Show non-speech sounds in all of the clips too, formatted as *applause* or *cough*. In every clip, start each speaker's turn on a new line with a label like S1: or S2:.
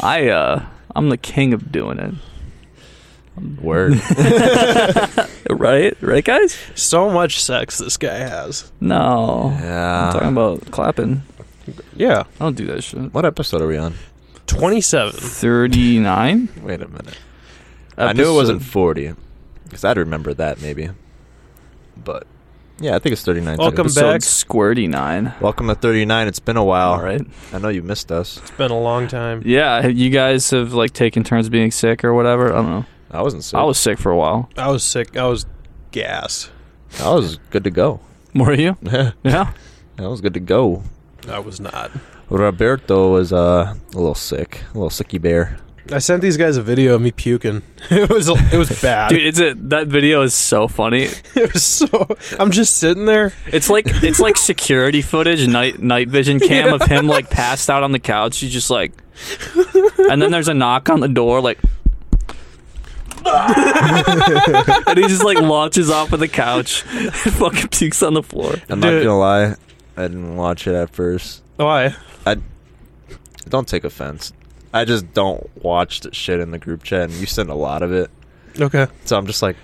S1: I uh, I'm the king of doing it. *laughs*
S2: Word.
S1: Right, right, guys.
S3: So much sex this guy has.
S1: No, I'm talking
S2: yeah.
S1: about clapping.
S3: Yeah.
S1: I don't do that shit.
S2: What episode are we on?
S3: 27.
S1: Thirty nine.
S2: Wait a minute. I knew it wasn't
S1: Episode-
S2: 40 because I'd remember that maybe. But yeah, I think it's 39.
S3: Welcome
S2: Episode-
S3: back.
S1: Squirty nine.
S2: Welcome to 39. It's been a while.
S1: All right.
S2: I know you missed us.
S3: It's been a long time.
S1: Yeah, have you guys have like taken turns being sick or whatever. I don't know.
S2: I wasn't sick.
S1: I was sick for a while.
S3: I was sick. I was gas.
S2: I was good to go. *laughs*
S1: Were you?
S2: I
S1: Yeah.
S2: was good to go.
S3: I was not.
S2: Roberto was uh, a little sick, a little sicky bear.
S3: I sent these guys a video of me puking. *laughs* It was it was bad.
S1: Dude, it's a, that video is so funny.
S3: *laughs* It was so I'm just sitting there.
S1: It's like it's like security footage, night night vision cam of him like passed out on the couch. He's just like, and then there's a knock on the door, like, *laughs* and he just like launches off of the couch, *laughs* and fucking pukes on the floor.
S2: I'm not
S3: Dude.
S2: gonna lie, I didn't watch it at first.
S3: Why?
S2: Don't take offense. I just don't watch the shit in the group chat, and you send a lot of it,
S3: Okay.
S2: so I'm just like,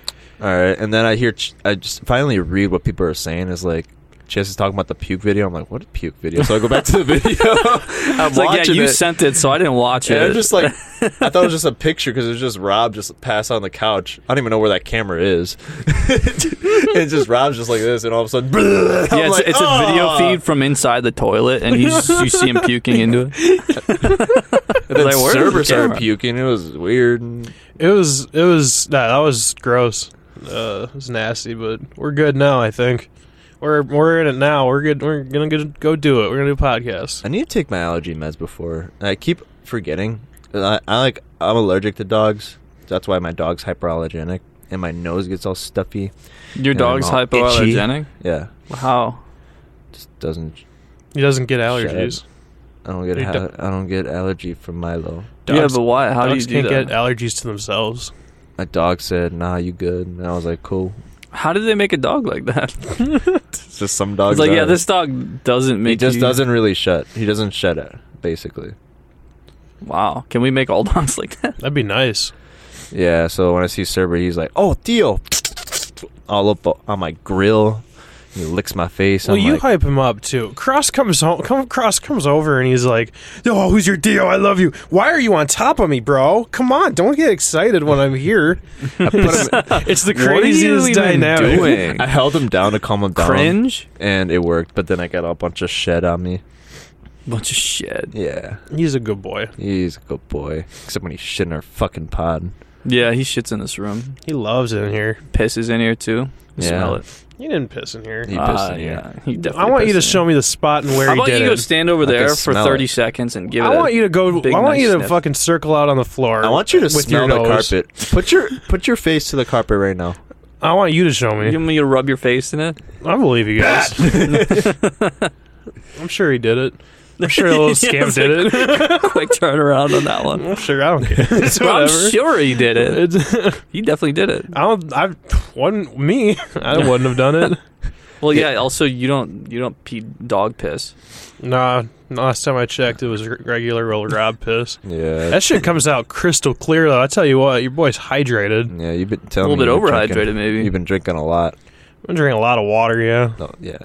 S2: all right. And then I hear, Ch- I just finally read what people are saying is like. Chase is talking about the puke video. I'm like, what a puke video? So I go back to
S1: *laughs*
S2: the video. *laughs* I'm
S1: It's like, yeah,
S2: watching
S1: you
S2: it.
S1: sent it, so I didn't watch
S2: And
S1: it. *laughs*
S2: I'm just like, I thought it was just a picture because it was just Rob just passed out on the couch. I don't even know where that camera is. *laughs* and just Rob's just like this, and all of a sudden, *laughs* I'm
S1: yeah, it's,
S2: like,
S1: it's a video
S2: "Ah!"
S1: feed from inside the toilet, and he's you see him puking into it.
S2: *laughs* And then
S1: Like, where is the
S2: server started
S1: camera?
S2: puking. It was weird. And
S3: It was it was nah, that was gross. Uh, it was nasty, but we're good now. I think we're we're in it now. We're good. We're gonna get, go do it. We're gonna do a podcast.
S2: I need to take my allergy meds before. And I keep forgetting. And I, I like. I'm allergic to dogs. That's why my dog's hyperallergenic, and my nose gets all stuffy.
S1: Your
S2: Yeah,
S1: dog's
S2: I'm all itchy.
S1: hypoallergenic.
S2: Yeah,
S1: How?
S2: just doesn't.
S3: He doesn't get
S2: Shut
S3: allergies.
S2: I don't get.
S3: Your
S2: hal-
S3: dog-
S2: I don't get allergy from Milo.
S1: yeah,
S3: Dogs-
S1: but why? How do you
S3: Dogs
S1: do
S3: can't
S1: that?
S3: get allergies to themselves.
S2: My dog said, "Nah, you good?" And I was like, "Cool."
S1: How did they make a dog like that? *laughs*
S2: It's just some dogs.
S1: It's like, yeah,
S2: are-
S1: this dog doesn't *laughs* make.
S2: he just
S1: you-
S2: doesn't really shut. He doesn't shut it, basically.
S1: Wow, can we make all dogs like
S2: *laughs*
S1: that?
S3: That'd be nice.
S2: Yeah. So when I see Cerber, he's like, "Oh, Theo," all up on my grill. He licks my face.
S3: well,
S2: I'm
S3: you
S2: like,
S3: hype him up too. Cross comes home. Come, Cross comes over and he's like, "Yo, who's your deal? I love you. Why are you on top of me, bro? Come on, don't get excited when I'm here."
S2: I, put him,
S3: It's the
S1: What are you
S3: craziest
S1: even
S3: dynamic.
S1: doing?
S2: *laughs* I held him down to calm him down,
S1: Cringe,
S2: and it worked. But then I got a bunch of shit on me.
S1: bunch of shit.
S2: Yeah,
S3: He's a good boy.
S2: he's a good boy, except when he's shit in our fucking pod.
S1: Yeah, he shits in this room.
S3: He loves it in here.
S1: Pisses in here too. You
S2: Yeah.
S1: Smell it.
S3: He didn't piss in here.
S2: He
S1: Ah,
S2: pissed in here.
S1: yeah, he definitely
S3: I want you to
S1: pissed in
S3: show
S1: here.
S3: me the spot and where
S1: How
S3: he
S1: about
S3: did
S1: you go
S3: it.
S1: stand over
S2: I can
S1: there for
S2: smell
S1: thirty
S2: it.
S1: seconds and give it?
S3: I want you to go.
S1: big,
S3: I want
S1: nice
S3: you to
S1: sniff.
S3: fucking circle out on the floor.
S2: I want you to
S3: with
S2: smell
S3: your
S2: the
S3: nose.
S2: carpet. Put your put your face to the carpet right now.
S3: I want you to show
S1: You
S3: me.
S1: want me to rub your face in
S2: *laughs*
S1: it?
S3: I believe you
S1: *laughs*
S3: guys. *laughs* I'm sure he did it. I'm sure the
S1: *laughs*
S3: little
S1: Yeah,
S3: scamp
S1: it's
S3: did it.
S1: *laughs* Quick turnaround on that one.
S3: I'm sure. I
S1: *laughs*
S3: don't care. It's
S1: I'm
S3: *laughs* whatever.
S1: sure he did it.
S3: It's- *laughs*
S1: He definitely did it.
S3: I don't. I wouldn't. Me. *laughs* I wouldn't have done it.
S1: Well, yeah. Also, you don't you don't pee dog piss.
S3: *laughs* Nah. Last time I checked, it was r- regular old Rob piss.
S2: Yeah,
S3: That shit comes out crystal clear, though. I tell you what, your boy's hydrated.
S2: Yeah, you've been telling
S1: A little
S2: me
S1: bit
S2: you've been
S1: overhydrated,
S2: drinking-
S1: maybe.
S2: You've been drinking a lot.
S3: I've been drinking a lot of water, yeah.
S2: No, yeah,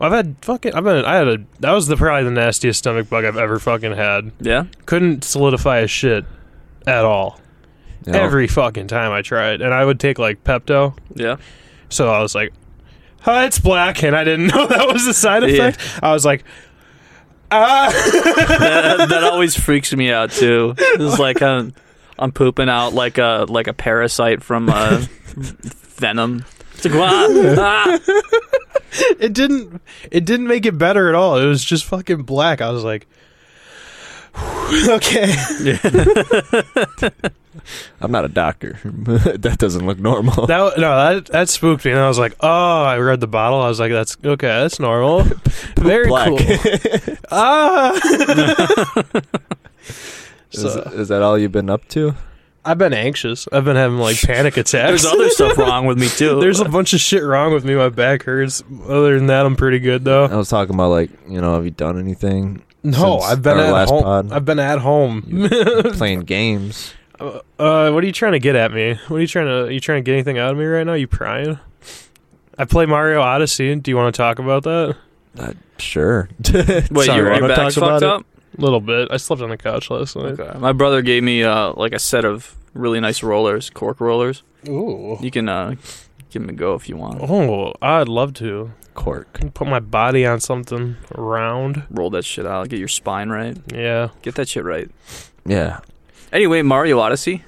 S3: I've had fucking. I've been. I had a. That was the probably the nastiest stomach bug I've ever fucking had.
S1: Yeah.
S3: Couldn't solidify a shit at all.
S2: You know,
S3: Every fucking time I tried, and I would take like Pepto.
S1: Yeah.
S3: So I was like, "Huh, it's black," and I didn't *laughs* know that was the side
S1: Yeah.
S3: effect. I was like, "Ah,
S1: that, that always freaks me out too. It's like I'm, I'm pooping out like a like a parasite from uh, venom. It's like
S3: *laughs*
S1: "Wah, ah."
S3: it didn't. It didn't make it better at all. It was just fucking black." I was like. *sighs* Okay.
S2: I'm not a doctor. *laughs* that doesn't look normal.
S3: *laughs* That wa- no, that that spooked me, and I was like, "Oh!" I read the bottle. I was like, "That's okay. That's *laughs* normal. Very
S2: black.
S3: cool." *laughs* Ah.
S2: is,
S3: so
S2: is that all you've been up to?
S3: I've been anxious. I've been having like *laughs* panic attacks.
S1: There's other stuff wrong with me too.
S3: *laughs* There's a bunch of shit wrong with me. My back hurts. Other than that, I'm pretty good
S2: I
S3: though.
S2: was talking about like you know, have you done anything?
S3: No,
S2: Since
S3: I've been
S2: our
S3: at
S2: last
S3: home.
S2: pod.
S3: I've been at *laughs* home.
S2: playing games.
S3: uh, what are you trying to get at me? What are you trying to? Are you trying to get anything out of me right now? You prying? I play Mario Odyssey. Do you want to talk
S2: *laughs*
S3: about that?
S2: Sure.
S1: Wait,
S2: Sorry,
S1: your,
S2: I
S1: your
S2: don't talk
S1: back's
S2: about
S1: fucked
S2: it.
S1: up?
S3: A little bit. I slept on the couch last night.
S1: Okay. My brother gave me uh, like a set of really nice rollers, cork rollers.
S3: Ooh.
S1: You can uh, give them a go if you want.
S3: Oh, I'd love to.
S2: Cork.
S3: Can Put my body on something round.
S1: Roll that shit out. Get your spine right.
S3: Yeah.
S1: Get that shit right.
S2: Yeah.
S1: Anyway, Mario Odyssey.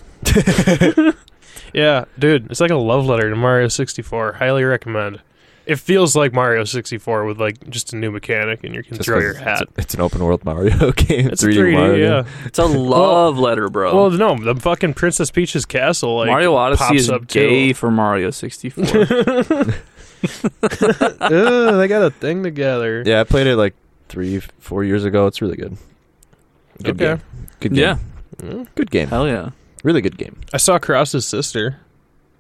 S3: Yeah, dude, it's like a love letter to Mario 64. Highly recommend. It feels like Mario 64 with like just a new mechanic and you can
S2: Just
S3: throw
S2: 'cause
S3: your
S2: it's-
S3: hat.
S2: It's, an open world Mario *laughs* game.
S3: It's, a 3D, yeah.
S1: It's
S3: *laughs*
S1: a love letter, bro.
S3: Well, no, the fucking Princess Peach's castle like
S1: Mario Odyssey
S3: pops
S1: is
S3: up
S1: gay
S3: too.
S1: for Mario 64.
S3: *laughs* Ugh, they got a thing together.
S2: Yeah, I played it like three, four years ago. It's really good. Good
S3: Okay.
S2: game. Good game.
S1: yeah,
S3: Mm.
S2: Good game.
S1: hell yeah.
S2: Really good game.
S3: I saw Cross's sister.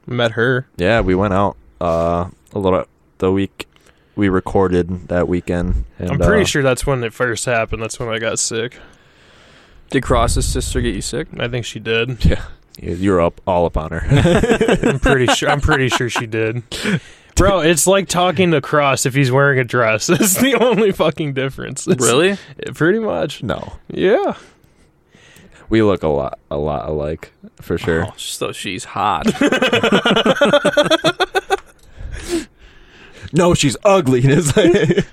S3: Met her.
S2: Yeah, we went out uh, a little the week we recorded that weekend. And,
S3: I'm pretty
S2: uh,
S3: sure that's when it first happened. That's when I got sick.
S1: Did Cross's sister get you sick?
S3: I think she did.
S2: you- You're up all up on her.
S3: *laughs*
S2: *laughs*
S3: I'm pretty sure. I'm pretty sure she did. *laughs* Bro, it's like talking to Cross if he's wearing a dress. *laughs* That's the only fucking difference. It's-
S1: *laughs* Really?
S3: Yeah, *laughs* pretty much.
S2: no,
S3: *laughs* Yeah.
S2: we look a lot, a lot alike for sure.
S1: Oh, so she's hot. *laughs*
S2: No, she's ugly. *laughs* And it's like-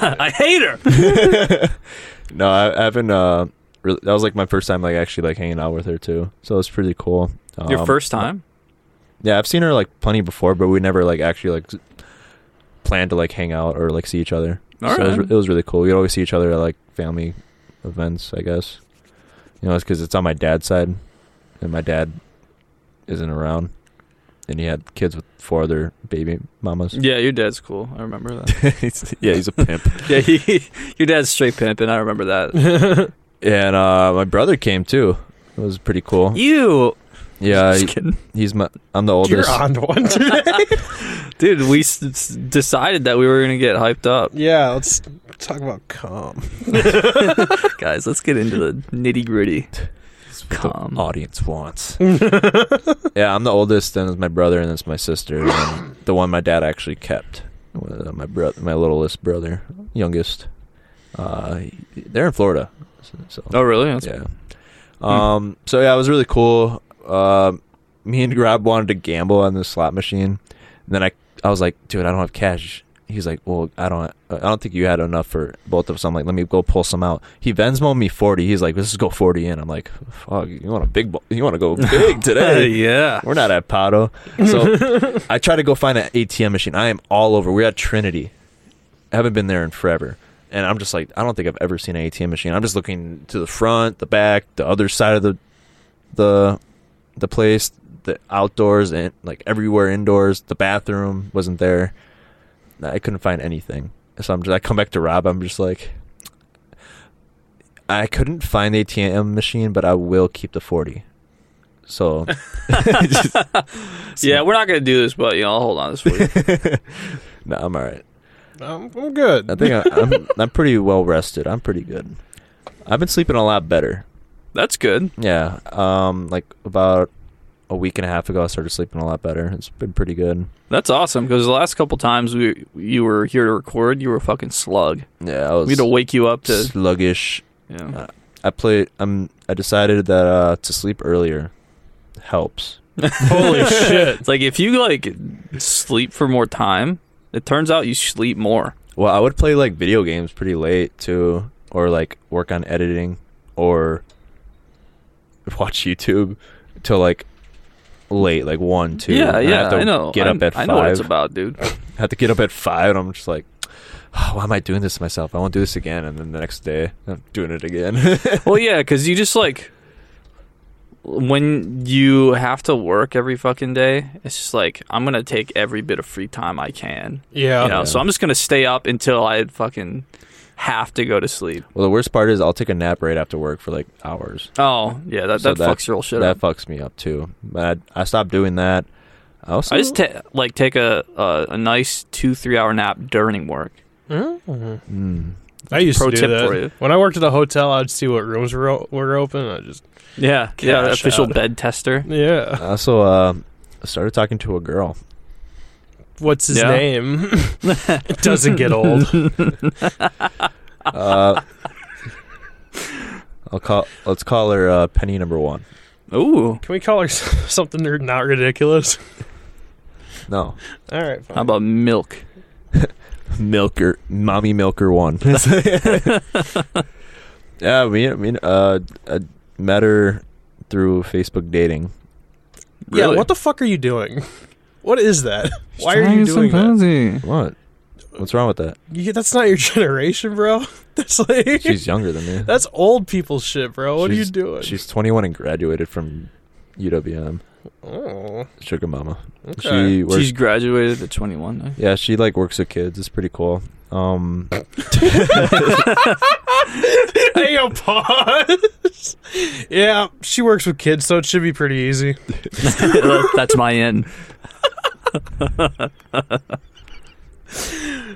S1: I hate her.
S2: no, I, I haven't. Uh, really, that was like my first time, like actually like hanging out with her too. So it was pretty cool. Um,
S1: Your first time?
S2: Yeah, I've seen her like plenty before, but we never like actually like s- planned to like hang out or like see each other.
S1: All
S2: so it, was,
S1: right.
S2: it was really cool. We'd always see each other at like family events, I guess. You know, it's because it's on my dad's side, and my dad isn't around, and he had kids with four other baby mamas.
S1: Yeah, your dad's cool. I remember *laughs* that.
S2: *laughs* He's- yeah, he's a pimp.
S1: yeah, he, your dad's straight pimp, and I remember that.
S2: *laughs* and uh, my brother came too. It was pretty cool.
S1: You. *laughs*
S2: Yeah,
S1: Just
S2: he-
S1: kidding.
S2: he's my. I'm the
S3: *laughs* You're
S2: oldest.
S3: on one.
S1: Dude, we s- s- decided that we were going to get hyped up.
S3: yeah, let's talk about calm.
S1: *laughs* Guys, let's get into the nitty gritty.
S2: what the
S1: Calm.
S2: audience wants. yeah, I'm the oldest, and it's my brother, and it's my sister, and then the one my dad actually kept. uh, My brother, my littlest brother, youngest. Uh, he- they're in Florida, so, so-
S1: Oh, really? That's
S2: yeah. Um. So yeah, it was really cool. Um, me and Rob wanted to gamble on the slot machine, and then I I was like, dude, I don't have cash. He's like, well, I don't, I don't think you had enough for both of us. I'm like, let me go pull some out. He Venmo me forty. He's like, let's just go forty in. I'm like, fuck, you want a big, bo- you want to go
S1: *laughs*
S2: big today?
S1: yeah.
S2: We're not at Pato. So I try to go find an ATM machine. I am all over. We're at Trinity. I haven't been there in forever. And I'm just like, I don't think I've ever seen an ATM machine. I'm just looking to the front, the back, the other side of the the the place, the outdoors and like everywhere indoors. The bathroom wasn't there. I couldn't find anything. So I'm just I come back to Rob, I'm just like I couldn't find the ATM machine, but I will keep the forty. So
S1: Yeah, we're not going to do this, but, you know, I'll hold on this for you. *laughs*
S2: No, I'm all right.
S3: I'm, Um, I'm good.
S2: I think
S1: *laughs*
S2: I, I'm I'm pretty well rested. I'm pretty good. I've been sleeping a lot better.
S1: That's good.
S2: Yeah. Um, like about a week and a half ago, I started sleeping a lot better. It's been pretty good.
S1: That's awesome because the last couple times we you were here to record, you were a fucking slug.
S2: Yeah, I was
S1: We had to wake you up to.
S2: sluggish.
S1: Yeah.
S2: I played. I'm. I decided that uh, to sleep earlier helps.
S3: *laughs* Holy shit.
S1: It's like if you like sleep for more time, it turns out you sleep more.
S2: Well, I would play like video games pretty late too, or like work on editing, or *laughs* watch YouTube till like late, like one, two.
S1: yeah,
S2: and I
S1: yeah,
S2: have to
S1: I know.
S2: Get
S1: I,
S2: up at
S1: I
S2: five.
S1: know what it's about, dude.
S2: I had to get up at five, and I'm just like, *sighs* oh, why am I doing this to myself? I won't do this again. And then the next day, I'm doing it again.
S1: *laughs*
S2: *laughs*
S1: well, yeah, because you just like when you have to work every fucking day, it's just like I'm gonna take every bit of free time I can.
S3: Yeah.
S1: You know,
S2: Yeah.
S1: so I'm just gonna stay up until I fucking have to go to sleep.
S2: well, the worst part is I'll take a nap right after work for like hours.
S1: Oh, yeah, that
S2: So
S1: that,
S2: that-
S1: fucks your whole shit up.
S2: That fucks me up too. But I, I stopped doing that. I also
S1: I just ta like take a, a a nice two three hour nap during work.
S3: Mm.
S2: Mm.
S3: I used
S1: pro
S3: to do
S1: tip
S3: that.
S1: for you.
S3: When I worked at a hotel, I'd see what rooms were, o- were open. I just
S1: Yeah, yeah,
S3: Cash
S1: official
S3: out.
S1: bed tester.
S3: yeah.
S2: Also, uh, I started talking to a girl.
S3: What's his
S1: Yeah.
S3: name? *laughs* it doesn't get old.
S2: Uh, *laughs* I'll call. Let's call her uh, Penny Number One.
S1: Ooh,
S3: Can we call her *laughs* s- something r- not ridiculous?
S2: No,
S3: All right. Fine.
S1: how about milk?
S2: Milker, Mommy Milker *laughs* One. yeah, we, we uh, I met her through Facebook dating.
S3: yeah.
S1: Really?
S3: What the fuck are you doing? What is that? Why are you doing that?
S2: What? What's wrong with that?
S3: You, that's not your *laughs* generation, bro. *laughs* That's
S2: *laughs*
S3: like
S2: She's younger than me.
S3: that's old people shit, bro. What
S2: She's-
S3: are you doing?
S2: She's 21 and graduated from UWM.
S3: oh,
S2: Sugar Mama.
S3: okay.
S2: She works.
S1: She's graduated at 21. huh?
S2: yeah, she like works with kids. It's pretty cool. Um,
S3: *laughs* hey, yo, pause. yeah, she works with kids, so it should be pretty easy.
S1: *laughs* That's my in.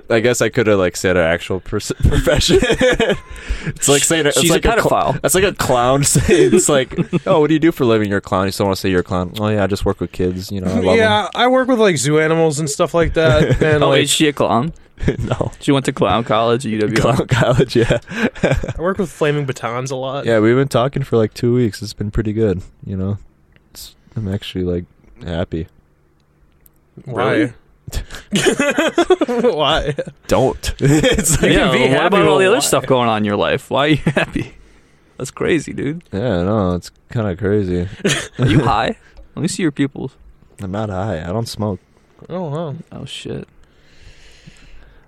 S2: I guess I could have like said her actual pers- *laughs* profession. it's like saying it's
S1: She's
S2: like
S1: a
S2: cl-
S1: pedophile.
S2: that's like a clown. *laughs* saying- it's like, oh, what do you do for a living? You're a clown. You still want to say you're a clown? Oh yeah, I just work with kids. You know, Oh, I love
S3: yeah, I work with like zoo animals and stuff
S2: *laughs*
S3: like that, and
S1: oh,
S3: like
S1: is she a clown?
S2: 'em. *laughs* no,
S1: She went to clown college at UW.
S2: clown college. Yeah,
S3: I work with flaming batons a lot.
S2: yeah. We've been talking for like two weeks. It's been pretty good. You know, it's, I'm actually like happy.
S3: Why? *laughs* Why?
S2: Don't. *laughs* it's like,
S1: yeah,
S3: be
S1: well,
S3: happy
S1: what about all
S3: with
S1: the
S3: why?
S1: other stuff going on in your life? Why are you *laughs* happy? That's crazy, dude.
S2: yeah, no, it's kind of crazy.
S1: Are you high? Let me see your pupils.
S2: I'm not high. I don't smoke.
S3: Oh, wow.
S1: Oh shit.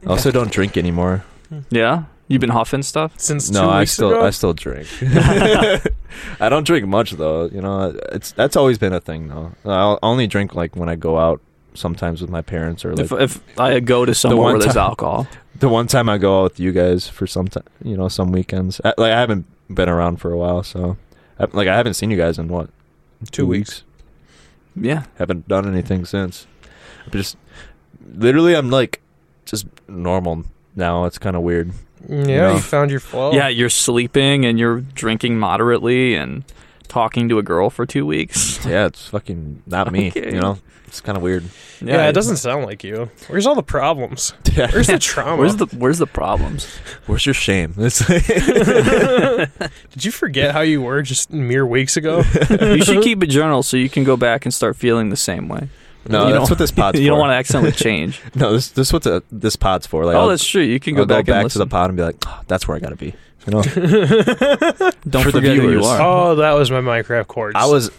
S2: I also don't drink anymore.
S1: Yeah, you've been huffing stuff.
S3: Since
S2: No,
S3: two
S2: I
S3: weeks
S2: still
S3: ago,
S2: I still
S3: *laughs*
S2: drink. *laughs* I don't drink much though. You know, it's that's always been a thing though. I'll only drink like when I go out sometimes with my parents or like
S1: if, if I go to somewhere
S2: one
S1: where there's
S2: time-
S1: alcohol,
S2: the one time I go out with you guys for some time, you know, some weekends. I, like I haven't been around for a while, so I, like I haven't seen you guys in what
S3: Two weeks.
S1: yeah,
S2: Haven't done anything since. I'm just literally, I'm like just normal now. It's kind of
S3: *laughs*
S2: weird.
S3: yeah,
S2: No.
S3: you found your flow.
S1: yeah, you're sleeping and you're drinking moderately and talking to a girl for two weeks.
S2: Yeah, it's fucking not me.
S1: Okay.
S2: You know, it's kind of
S3: *laughs*
S2: weird.
S3: yeah, it doesn't sound like you. Where's all the problems?
S2: Yeah.
S3: Where's
S2: *laughs*
S3: the trauma?
S1: Where's the Where's the problems?
S2: Where's your shame? It's like,
S3: *laughs* Did you forget how you were just mere
S2: *laughs*
S3: weeks ago? *laughs*
S1: you should keep a journal so you can go back and start feeling the same way. *laughs*
S2: no,
S1: You
S2: that's
S1: don't-
S2: what this pod's
S1: you
S2: for.
S1: don't want to
S2: *laughs*
S1: accidentally change.
S2: No, this this what the, this pod's for. Like,
S1: oh,
S2: I'll,
S1: that's true. You can
S2: I'll
S1: go back, and
S2: to
S1: listen.
S2: the pod and be like, "Ah, that's where I gotta be. You know,
S1: Don't
S2: for the
S1: forget who you
S2: viewers.
S1: are.
S3: oh, that was my Minecraft chords.
S2: I was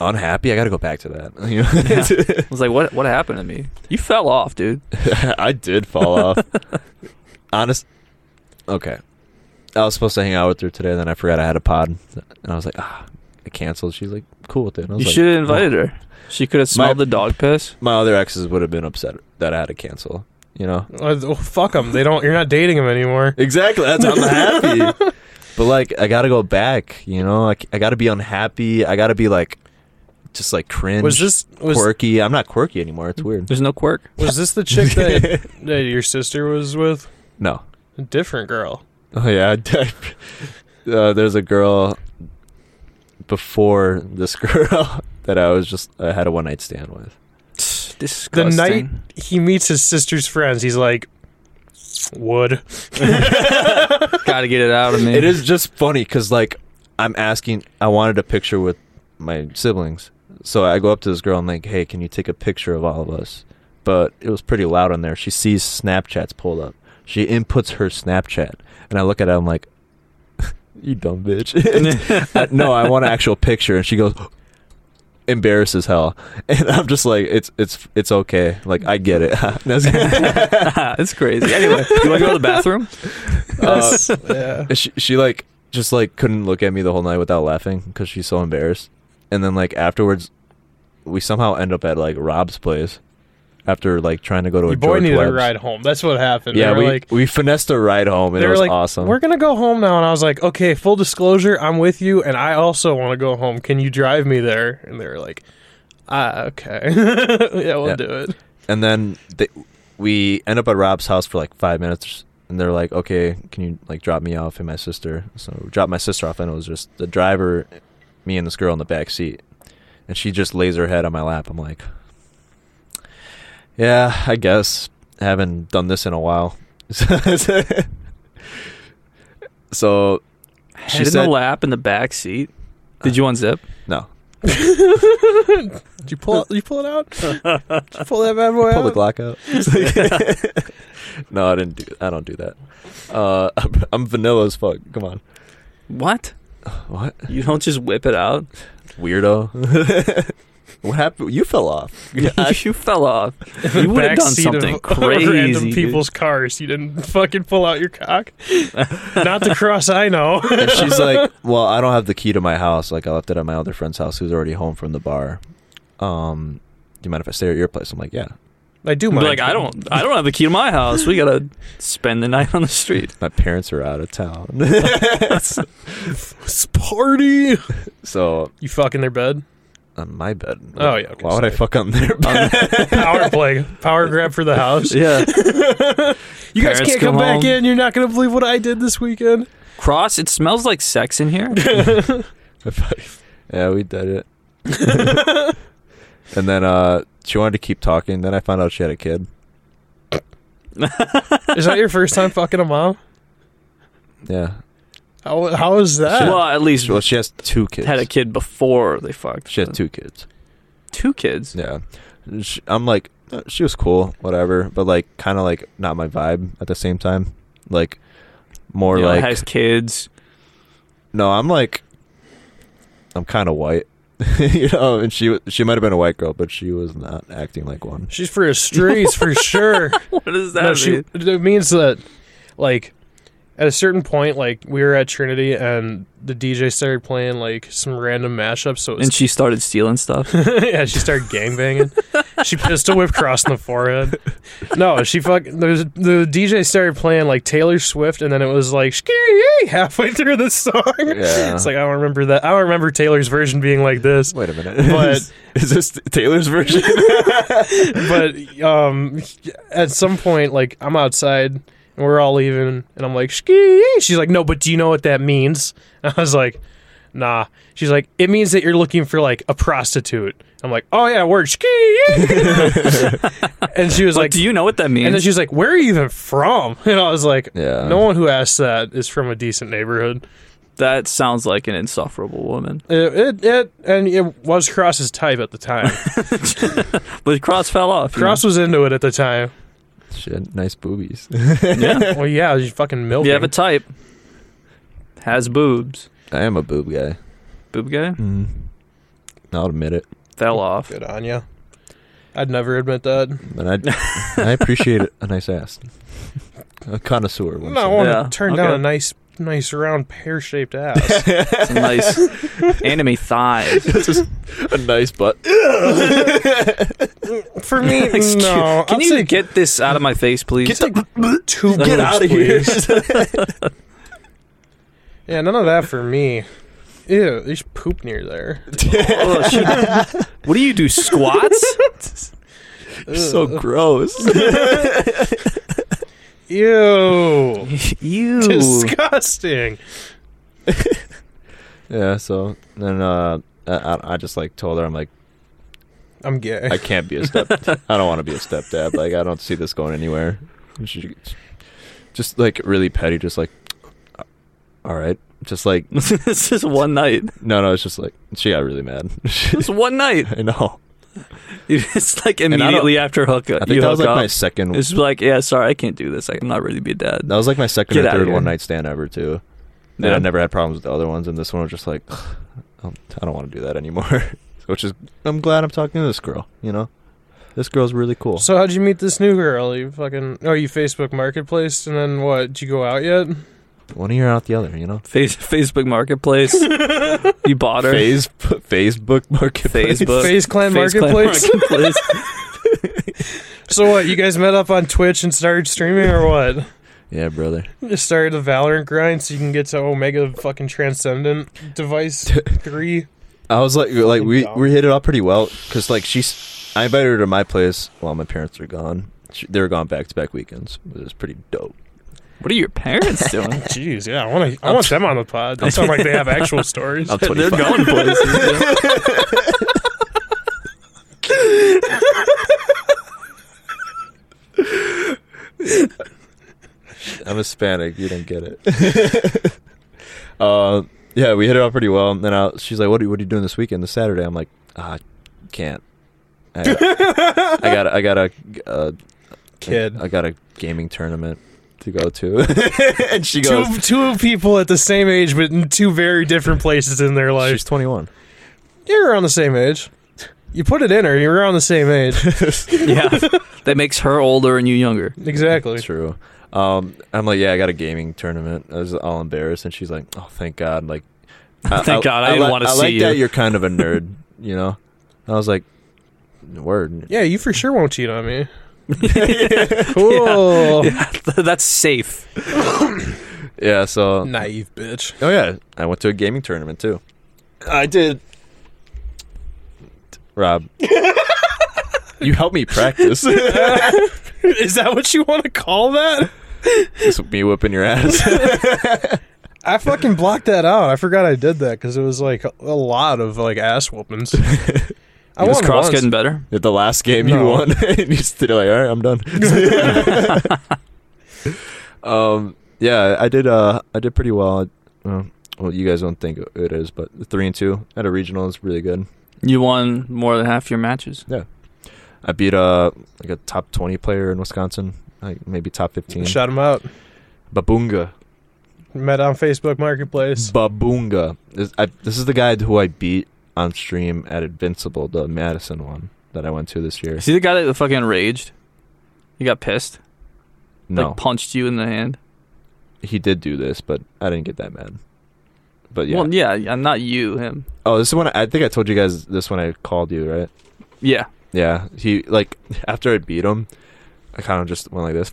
S2: unhappy. I gotta go back to that. *laughs* You know?
S1: I was like, what What happened to me? You fell off, dude.
S2: I did
S1: *laughs*
S2: fall off. Honest. Okay, I was supposed to hang out with her today, then I forgot I had a pod, and I was like, ah, I canceled. She's like, cool with it. And I was
S1: You
S2: like,
S1: should have invited her. She could have smelled
S2: My-
S1: the dog piss.
S2: My other exes would have been upset that I had to cancel. You know,
S3: Oh, fuck them. They don't. You're not dating them anymore.
S2: Exactly. That's I'm
S3: *laughs*
S2: happy. But like, I gotta go back. You know, I, c- I gotta be unhappy. I gotta be like, just like cringe.
S3: Was this was
S2: quirky? I'm not quirky anymore. It's weird.
S1: There's no quirk.
S3: was this the chick
S2: *laughs*
S3: that, that your sister was with?
S2: No.
S3: A different girl.
S2: Oh yeah. I- *laughs* uh, there's a girl before this *laughs* girl that I was just I had a one night stand with.
S3: The
S1: Disgusting.
S3: night he meets his sister's friends, he's like, "Wood."
S1: Got to get it out of me.
S2: *laughs*
S1: *laughs*
S2: It is just funny because like I'm asking. I wanted a picture with my siblings, so I go up to this girl and like, hey, can you take a picture of all of us? But it was pretty loud on there. She sees Snapchats pulled up. She inputs her Snapchat, and I look at it. I'm like, *laughs* you dumb bitch. *laughs* I- no, I want an actual picture, and she goes. Embarrassed as hell, *laughs* and I'm just like, it's it's it's okay. Like I get it. *laughs*
S1: *laughs* it's crazy. Anyway, you want to go to the bathroom?
S2: Uh,
S3: *laughs* yeah.
S2: she, she like just like couldn't look at me the whole night without laughing because she's so embarrassed and then like afterwards we somehow end up at like rob's place after like trying to go to a
S3: Your boy
S2: George
S3: needed
S2: Webb's.
S3: a ride home. That's what happened.
S2: yeah
S3: they were
S2: we,
S3: like,
S2: we finessed a ride home and
S3: they
S2: it
S3: were
S2: was
S3: like,
S2: awesome
S3: "We're gonna go home now," and I was like, "Okay, full disclosure, I'm with you, and I also want to go home. Can you drive me there?" And they were like, "Ah, okay, *laughs* yeah, we'll
S2: Yeah.
S3: do it."
S2: and then they, we end up at rob's house for like five minutes and they're like, "Okay, can you like drop me off and my sister?" So drop my sister off, and it was just the driver, me and this girl in the back seat, and she just lays her head on my lap. I'm like, "Yeah, I guess I haven't done this in a while." *laughs* so she
S1: Head in
S2: said,
S1: the lap in the back seat. Did you unzip?
S2: "No,
S3: Did you pull it? You pull
S2: *laughs*
S3: it out? Did you pull that bad boy
S2: pull the
S3: out?
S2: Glock out." It's like- *laughs* no, I didn't do. I don't do that. Uh, *laughs* I'm vanilla as fuck. Come on,
S1: What?
S2: what?
S1: You don't just whip it out?
S2: weirdo. what happened? You fell off.
S1: *laughs* you fell off. You would have done
S3: Backseat of- *laughs*
S1: something
S3: of
S1: crazy.
S3: Random
S1: dude.
S3: people's cars. You didn't *laughs* fucking pull out your
S1: *laughs*
S3: cock. Not the cross I know.
S2: *laughs*
S3: *laughs*
S2: And she's like, "Well, I don't have the key to my house. Like, I left it at my other friend's house, who's already home from the bar. Um, do you mind if I stay at your place?" I'm like, "Yeah."
S3: I do
S1: Be
S3: mind.
S1: like I don't, I don't have the key to my house. We gotta spend the night on the street.
S2: My parents are out of town, *laughs*
S3: It's party.
S2: so
S3: You fuck in their bed.
S2: on my bed.
S3: Oh, yeah, okay,
S2: Why would I
S3: sorry.
S2: fuck on their bed?
S1: *laughs*
S3: Power play. Power grab for the house.
S1: Yeah,
S3: *laughs* You guys
S1: Parents
S3: can't
S1: come
S3: come back
S1: home.
S3: in. You're not gonna believe what I did this
S1: *laughs*
S3: weekend.
S1: cross. It smells like sex in here.
S2: *laughs* yeah, we did it. and then uh, she wanted to keep talking. Then I found out she had a kid.
S3: Is that your first time fucking a mom?
S2: Yeah.
S3: How how is that?
S1: well, at least
S2: Well, she has two kids.
S1: had a kid before they fucked.
S2: she has two kids.
S1: two kids.
S2: Yeah, Sh I'm like uh, she was cool, whatever, but like kind of like not my vibe at the same time. Like more
S1: You know,
S2: like
S1: has kids.
S2: no, I'm like I'm kind of white, *laughs* you know. And she wa- she might have been a white girl, but she was not acting like one.
S3: She's for the streets for sure.
S1: What does that
S3: no,
S1: mean?
S3: she, it means that, like, at a certain point, like we were at Trinity and the DJ started playing like some random mashups. So it
S1: and
S3: was,
S1: she started stealing stuff.
S3: *laughs* yeah, she started gangbanging. she pistol whipped cross in the forehead. No, she fucking there was, the DJ started playing like Taylor Swift, and then it was like "Shkee-yee" halfway through the song.
S2: Yeah.
S3: It's like I don't remember that. I don't remember Taylor's version being like this.
S2: Wait a *laughs* minute,
S3: But-
S2: is, is this Taylor's version?
S3: but um, at some point, like I'm outside and we're all leaving, and I'm like, ski. She's like, no, but do you know what that means? *laughs* And I was like, nah. She's like, it means that you're looking for like a prostitute. I'm like, oh yeah, word ski. *laughs* and she was like,
S1: Do you know what that means?
S3: and then she's like, where are you even from? *laughs* And I was like,
S2: *laughs* Yeah.
S3: no one who asks that is from a decent neighborhood.
S1: that sounds like an insufferable woman.
S3: It, it, it and it was Cross's type at
S1: *laughs*
S3: the time.
S1: But Cross fell off. you
S3: Cross was into it at the time.
S2: Shit, nice boobies. *laughs*
S1: know? yeah.
S3: Well, yeah, you fucking milking.
S1: You have a type. Has boobs.
S2: I am a boob guy.
S1: Boob guy
S2: Mm. I'll admit it,
S1: fell off.
S3: Good on you. I'd never admit that.
S2: but I I appreciate a nice ass, a connoisseur.
S3: No,
S2: once
S3: I
S2: said.
S3: want
S1: Yeah,
S3: to turn down
S1: okay.
S3: a nice, nice round pear
S2: *laughs*
S3: shaped ass.
S1: Some nice anime thighs.
S2: It's just a nice butt. *laughs*
S3: For me,
S1: Excuse-
S3: no.
S1: Can
S3: I'll
S1: you
S3: take
S1: get this out of my face, please?
S2: *laughs*
S3: two boobs, please. Yeah, none of that for me. Ew, there's poop near there.
S1: *laughs* Oh, she- what do you do? Squats?
S2: *laughs* You're so gross.
S3: Ew.
S1: Ew. *laughs*
S3: Disgusting.
S2: yeah. So then uh, I- I, I just like told her I'm like
S3: I'm gay.
S2: I can't be a step. I don't want to be a stepdad. Like I don't see this going anywhere. And she just like really petty. Just like all right. Just like
S1: it's just one night.
S2: no, no. It's just like she got really mad. *laughs*
S1: It's one night. *laughs*
S2: I know.
S1: It's like
S2: I don't-
S1: immediately after hook
S2: I
S1: up.
S2: think
S1: You
S2: that was
S1: hook
S2: like my
S1: up.
S2: second.
S1: It's like, yeah, sorry, I can't do this. I'm not really be a dad.
S2: that was like my second
S1: Get
S2: or
S1: outta
S2: third
S1: here.
S2: one night stand ever too. And
S1: Yeah.
S2: I've never had problems with the other ones, and this one was just like, I don't, I don't want to do that anymore. *laughs* Which is, I'm glad I'm talking to this girl. You know, this girl's really cool.
S3: So how'd you meet this new girl? You fucking oh you Facebook Marketplace and then what? Did you go out yet?
S2: One ear out the other. You know,
S1: Face- Facebook
S2: *laughs*
S1: Marketplace. you bought her.
S2: Phase, *laughs* Facebook marketplace.
S1: Facebook.
S3: Face Clan
S1: Face Clan
S3: Marketplace.
S1: Marketplace.
S2: *laughs*
S3: So what? You guys met up on Twitch and started streaming or what?
S2: Yeah, brother. *laughs*
S3: Just started the Valorant grind so you can get to Omega fucking Transcendent Device 3.
S2: I was like, like we
S3: Dumb.
S2: we hit it off pretty well because like she's, I invited her to my place while my parents were gone. She, they were gone back to back weekends. It was pretty dope.
S1: What are your parents doing?
S3: Jeez, yeah, I want to. I want them on the pod. They sound like they have *laughs* actual stories.
S2: I'm
S1: They're
S2: 25.
S1: going places.
S2: *laughs*
S1: dude.
S2: I'm Hispanic. You don't get it. *laughs* uh, yeah, we hit it off pretty well. And then I, she's like, what are, what are you doing this weekend, this Saturday? I'm like, ah, I can't. I, I got I got a uh,
S3: Kid.
S2: I got a gaming tournament to go
S1: *laughs*
S2: to, and she
S3: Two,
S2: goes.
S3: two people at the same age, but in two very different places in their life.
S2: She's 21.
S3: you were on the same age. You put it in her. You were on the same age.
S1: yeah, that makes her older and you younger. *laughs*
S3: Exactly.
S2: True. Um, I'm like, yeah, I got a gaming tournament. I was all embarrassed, and she's like, oh, thank God. Like,
S1: Thank God, I didn't
S2: like-
S1: wanna
S2: I
S1: see
S2: like
S1: you.
S2: that you're kind of a nerd, you know. And I was like, word.
S3: Yeah, you for sure won't cheat on me. cool.
S1: That's safe.
S2: Yeah. So
S3: Naive bitch.
S2: Oh yeah, I went to a gaming tournament too. I did. Rob, you helped me practice.
S3: Is that what you want to call that?
S2: Just me whipping your ass.
S3: I fucking blocked that out. I forgot I did that because it was like a lot of like
S1: *laughs*
S3: ass whoopings. I
S1: Was
S3: won
S1: cross
S3: once.
S1: getting better?
S2: At the last game you
S3: No.
S2: won, *laughs* and you still like, all right, I'm done. um, yeah, I did. Uh, I did pretty well. Uh, well, you guys don't think it is, but three and two at a regional is really good.
S1: You won more than half your matches.
S2: I beat uh like a top twenty player in Wisconsin, like maybe top fifteen.
S3: Shut him out.
S2: Babunga.
S3: Met on
S1: *laughs*
S3: Facebook Marketplace.
S2: Babunga. This, I, this is the guy who I beat on stream at Invincible, the Madison one that I went to this year.
S1: Is he the guy that fucking raged? He got pissed.
S2: No,
S1: Like punched you in the hand.
S2: he did do this, but I didn't get that mad. But yeah.
S1: Well, yeah, yeah, not you, him.
S2: oh, this is when I, I think I told you guys this when I called you, right?
S1: Yeah.
S2: Yeah. He like *laughs* after I beat him, I kind of just went like this,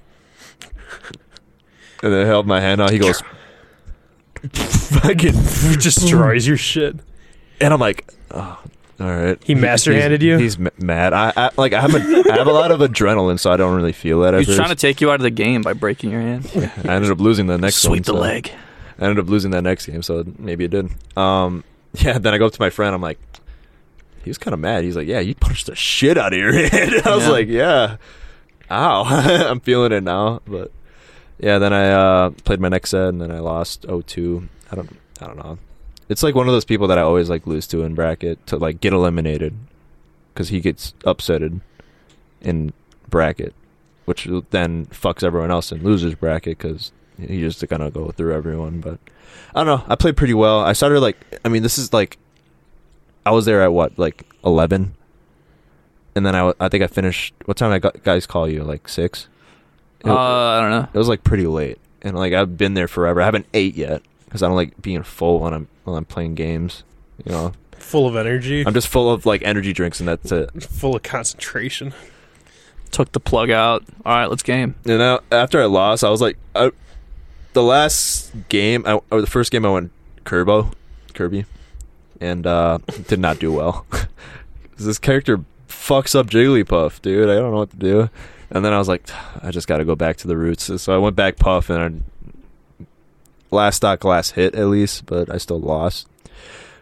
S2: and then held my hand out. He goes,
S1: *laughs*
S3: Fucking destroys your shit.
S2: and I'm like, oh, all right.
S3: He master-handed
S2: he's-
S3: you?
S2: He's ma- mad. I, I like I have a, I have a lot of adrenaline, so I don't really feel that. at
S1: He's trying to
S2: first.
S1: take you out of the game by breaking your hand.
S2: I ended up losing the next one.
S1: Sweep the
S2: so-
S1: leg.
S2: I ended up losing that next game, so maybe it did. Um, *laughs* yeah, then I go up to my friend. I'm like, he was kind of mad. He's like, yeah, you punched the shit out of your *laughs* head. I was
S1: Yeah.
S2: like, yeah, ow, *laughs* I'm feeling it now. But yeah, then I uh, played my next set, and then I lost 0-2. I don't, I don't know. It's like one of those people that I always like lose to in bracket to like get eliminated because he gets upsetted in bracket, which then fucks everyone else in losers bracket because he just gonna go through everyone. But I don't know. I played pretty well. I started like I mean, this is like I was there at what like eleven, and then I, wa- I think I finished. What time I got guys call you like six? It,
S1: Uh, I don't know.
S2: it was like pretty late, and like I've been there forever. I haven't ate yet because I don't like being full when I'm when I'm playing games. You know,
S3: Full of energy.
S2: I'm just full of like energy drinks, and that's it.
S3: *laughs* full of concentration.
S1: Took the plug out. All right, let's game.
S2: And I, after I lost, I was like, I, the last game, I, or the first game, I went Kerbo, Kirby, and uh, did not do well. *laughs* 'Cause this character fucks up Jigglypuff, dude. I don't know what to do. And then I was like, I just got to go back to the roots. So I went back Puff, and I, last stock, last hit at least, but I still lost,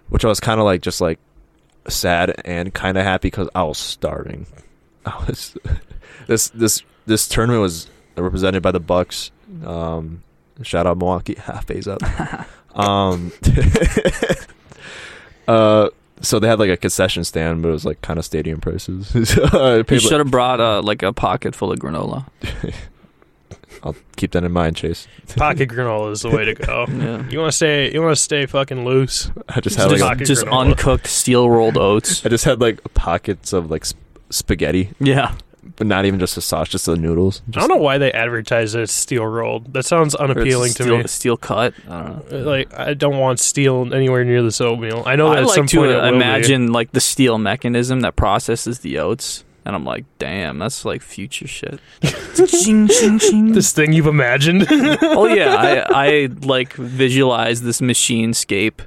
S2: which I was kind of like, just like sad and kind of happy because I was starving. *laughs* I was this this this tournament was represented by the Bucks. Um, shout out Milwaukee, *laughs* half phase up. um, *laughs* uh, so they had like a concession stand, but it was like kind of stadium prices. *laughs* So I
S1: You
S2: paid, like-
S1: should have brought uh, like a pocket full of granola.
S2: *laughs* I'll keep that in mind, Chase.
S3: Pocket granola is the way
S1: *laughs*
S3: to go.
S1: Yeah.
S3: You want to stay. You want to stay fucking loose.
S2: I just had
S1: Just,
S2: like
S3: Pocket
S2: a-
S1: just
S3: granola.
S1: uncooked steel rolled oats.
S2: *laughs* I just had like pockets of like sp- spaghetti,
S1: Yeah.
S2: but not even just the sauce, just the noodles.
S3: I
S2: Just,
S3: don't know why they advertise it as steel rolled. That sounds
S1: Or it's
S3: unappealing to
S1: steel,
S3: me.
S1: Steel cut. I don't know.
S3: Like I don't want steel anywhere near this oatmeal. I know that
S1: I
S3: at
S1: like
S3: some point
S1: to
S3: it will be.
S1: imagine like the steel mechanism that processes the oats, and I'm like, damn, that's like future *laughs* shit. Ching, ching, ching.
S3: *laughs* this thing you've imagined.
S1: oh yeah, I, I like visualize this machine scape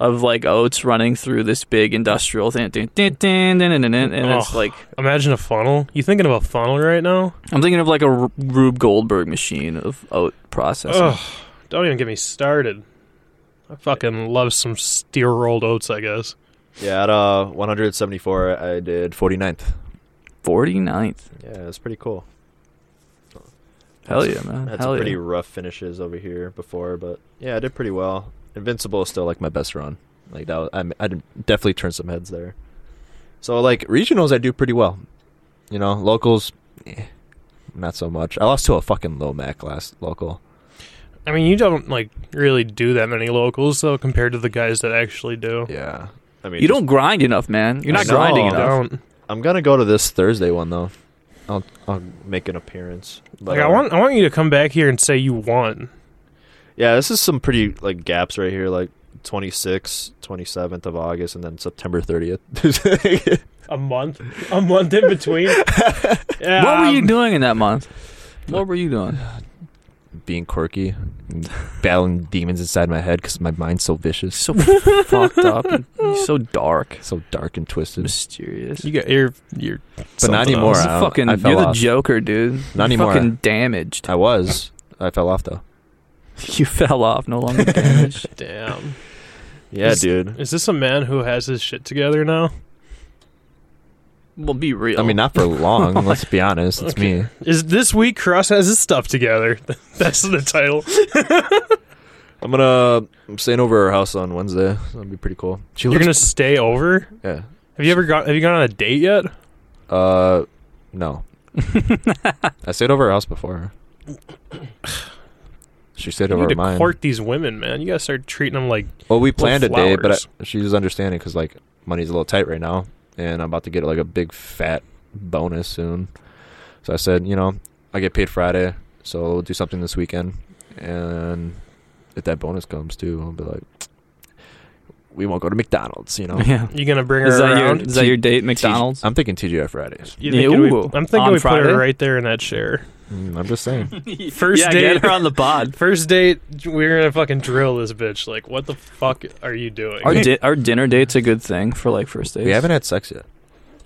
S1: of like oats running through this big industrial thing, Dun, dun, dun, dun, dun, dun, dun, and it's
S3: Ugh.
S1: like
S3: Imagine a funnel. You thinking of a funnel right now?
S1: I'm thinking of like a R- Rube Goldberg machine of oat processing.
S3: Ugh, don't even get me started. I fucking love some steer rolled oats, I guess.
S2: Yeah, at uh 174, I did 49th.
S1: 49th.
S2: Yeah, that's pretty cool.
S1: Hell yeah, man.
S2: Had
S1: Hell
S2: some pretty
S1: yeah.
S2: rough finishes over here before, but yeah, I did pretty well. Invincible is still like my best run. Like that, was, I, I did- definitely turned some heads there. So like regionals, I do pretty well. You know, locals, eh, not so much. I lost to a fucking low Mac last local.
S3: I mean, you don't like really do that many locals though, compared to the guys that actually do.
S2: Yeah, I mean,
S1: You don't grind enough, man. You're not
S2: I know.
S1: grinding
S2: I
S1: enough.
S3: don't.
S2: I'm gonna go to this Thursday one though. I'll I'll make an appearance. But,
S3: Like I
S2: uh,
S3: want, I want you to come back here and say you won.
S2: Yeah, this is some pretty like gaps right here, like 26th, 27th of August, and then September 30th.
S3: A month, a month in between.
S1: What were you
S3: um,
S1: doing in that month? What were you doing?
S2: *laughs* Being quirky, and battling demons inside my head because my mind's so vicious,
S1: So *laughs* fucked up. and You're so dark,
S2: so dark and twisted.
S1: mysterious.
S3: You got your your.
S2: But not
S3: something
S2: anymore.
S3: else.
S1: You're
S2: I-
S1: fucking,
S2: I fell
S1: you're the
S2: off.
S1: Joker, dude.
S2: Not
S1: You're
S2: anymore.
S1: Fucking damaged. *laughs*
S2: I was. I fell off though.
S1: You fell off. No
S2: *laughs*
S1: longer damaged.
S3: Damn.
S2: Yeah,
S3: Is-
S2: dude.
S3: Is this a man who has his shit together now?
S1: well, be real.
S2: I mean, not for *laughs* long. let's be honest. It's me.
S3: Is this week Cross has his stuff together? *laughs* That's the title.
S2: I'm gonna. I'm staying over her house on Wednesday. That'd be pretty cool. She
S3: You're
S2: looks.
S3: gonna stay over.
S2: yeah.
S3: Have you ever got? Have you gone on a date yet?
S2: Uh,
S3: *laughs*
S2: no. I stayed over her house
S3: *coughs*
S2: before. She stayed
S3: You
S2: over
S3: need to
S2: mine.
S3: court these women, man. You gotta start treating them like
S2: Well, we
S3: Little
S2: planned a day, but
S3: flowers.
S2: I, she's understanding because like money's a little tight right now, and I'm about to get like a big fat bonus soon. So I said, you know, I get paid Friday, so we'll do something this weekend, and if that bonus comes too, I'll be like, we won't go to McDonald's, you
S1: *laughs*
S2: know.
S1: yeah.
S3: you gonna bring her
S1: Is that, your,
S3: around.
S1: is that your date, McDonald's?
S2: *laughs* I'm thinking TGI Fridays.
S3: You thinking we-
S1: Ooh.
S3: I'm thinking
S1: On
S3: we put
S1: Friday?
S3: her right there in that chair.
S2: Mm, I'm just saying.
S3: First
S1: yeah,
S3: date.
S1: get her on the pod.
S3: First date, we're gonna fucking drill this bitch. Like, what the fuck are you doing?
S1: Our di- our dinner date's a good thing for like first dates.
S2: we haven't had sex yet.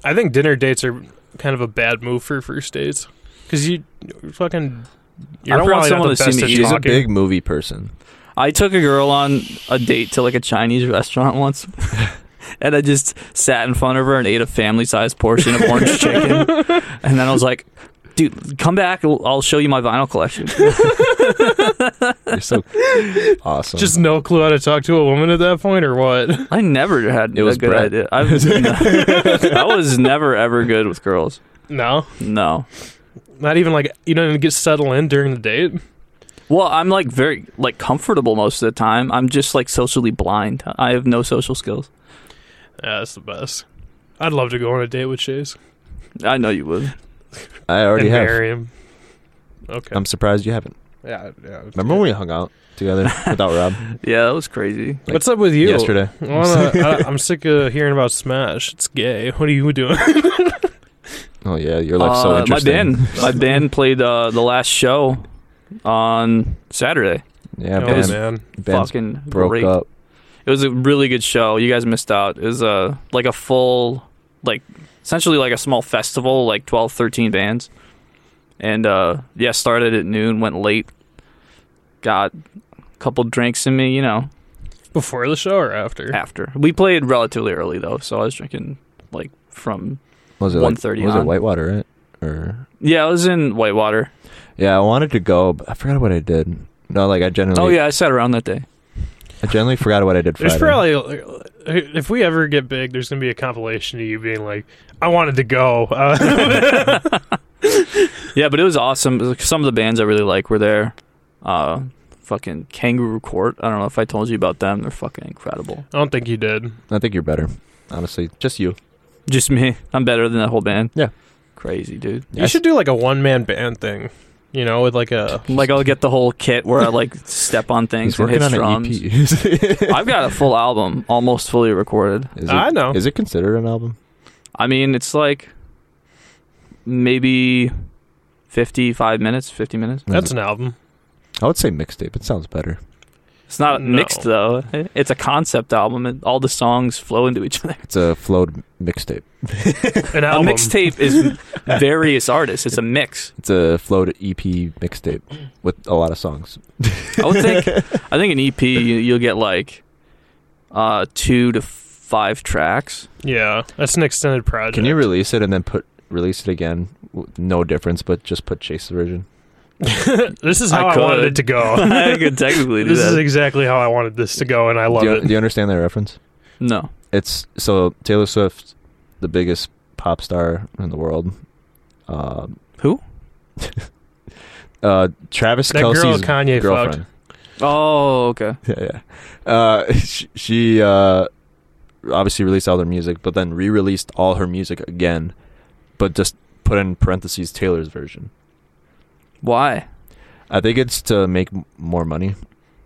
S3: I think dinner dates are kind of a bad move for first dates because you you're fucking. You're
S1: don't want
S3: probably
S1: someone
S3: not
S1: to
S3: the
S1: see
S3: best
S1: me
S3: at
S1: eat.
S2: She's a
S3: talking.
S2: big movie person.
S1: I took a girl on a date to like a Chinese restaurant *laughs* once, and I just sat in front of her and ate a family-sized portion of *laughs* orange chicken, and then I was like, "Dude, come back. I'll I'll show you my vinyl collection." *laughs*
S2: You're *laughs* so awesome.
S3: Just no clue how to talk to a woman at that point, or what? *laughs*
S1: I never had
S2: It was
S1: a good
S2: Brett.
S1: idea. I *laughs* was, I was never ever good with girls.
S3: No,
S1: No.
S3: not even like you don't even get settled in during the date.
S1: Well, I'm like very like comfortable most of the time. I'm just like socially blind. I have no social skills.
S3: Yeah, that's the best. I'd love to go on a date with Chase.
S1: I know you would.
S2: I already
S3: and
S2: have.
S3: marry him. Okay.
S2: I'm surprised you haven't.
S3: yeah, yeah.
S2: Remember when we hung out together without Rob *laughs*
S1: Yeah, that was crazy.
S3: What's up with you?
S2: yesterday?
S3: I wanna, I, I'm sick of hearing about Smash. It's gay. What are you doing?
S2: Oh yeah, your life's so
S1: Uh, my
S2: interesting.
S1: band, my band played uh, the last show on Saturday.
S2: Yeah,
S1: it was-
S2: band,
S3: man.
S2: bands
S1: Fucking
S2: broke
S1: great.
S2: up.
S1: It was a really good show. You guys missed out. It was uh, like a full, like essentially like a small festival, like 12, 13 bands. And uh, yeah, started at noon, went late, got a couple drinks in me, you know,
S3: Before the show or after?
S1: after. We played relatively early though, so I was drinking like from.
S2: Was it like,
S1: 1:30
S2: was it
S1: on.
S2: Whitewater, right? Or
S1: Yeah, I was in Whitewater.
S2: yeah, I wanted to go, but I forgot what I did. No, like I generally,
S1: Oh, yeah, I sat around that day.
S2: I generally forgot what I did Friday.
S3: There's probably if we ever get big, there's gonna be a compilation of you being like, "I wanted to go." *laughs* Uh,
S1: Yeah, but it was awesome. It was, like, Some of the bands I really like were there. Uh, fucking Kangaroo Court. I don't know if I told you about them. They're fucking incredible.
S3: I don't think you did.
S2: I think you're better, honestly. Just you.
S1: Just me. I'm better than that whole band.
S2: Yeah.
S1: Crazy, dude.
S3: You should do like a one man band thing, you know, with like a.
S1: Like I'll get the whole kit where I like step on things
S2: He's
S1: and
S2: working
S1: hit
S2: on
S1: drums.
S2: an E EP. *laughs* is, it,
S1: I've got a full album, almost fully recorded.
S3: I know.
S2: Is it considered an album?
S1: I mean, it's like maybe 55 minutes, 50 minutes.
S3: That's an album.
S2: I would say mixtape. It sounds better.
S1: It's not
S3: No.
S1: mixed though. It's a concept album, and all the songs flow into each other.
S2: It's a flowed mixtape.
S3: An album.
S1: A mixtape is various artists. It's a mix.
S2: It's a flowed EP mixtape with a lot of songs.
S1: I would think. I think an EP you, you'll get like uh, two to five tracks.
S3: Yeah, that's an extended project.
S2: Can you release it and then put release it again? with No difference, but just put Chase's version.
S3: *laughs* this is
S1: I
S3: how I, wanted
S1: could.
S3: it to
S1: *laughs*
S3: go.
S1: I could technically do
S3: this is
S1: that.
S3: exactly how I wanted this to go, and I love
S2: do, you,
S3: it.
S2: do you understand that reference?
S1: no.
S2: It's so Taylor Swift, the biggest pop star in the world. Uh,
S1: Who?
S2: *laughs* uh, Travis
S3: That girl
S2: Kelsey's
S3: Kanye
S2: girlfriend.
S1: Oh, okay.
S2: *laughs* yeah, yeah. Uh, *laughs* she she uh, obviously released all their music, but then re-released all her music again, but just put in parentheses Taylor's version.
S1: Why?
S2: I think it's to make m- more money.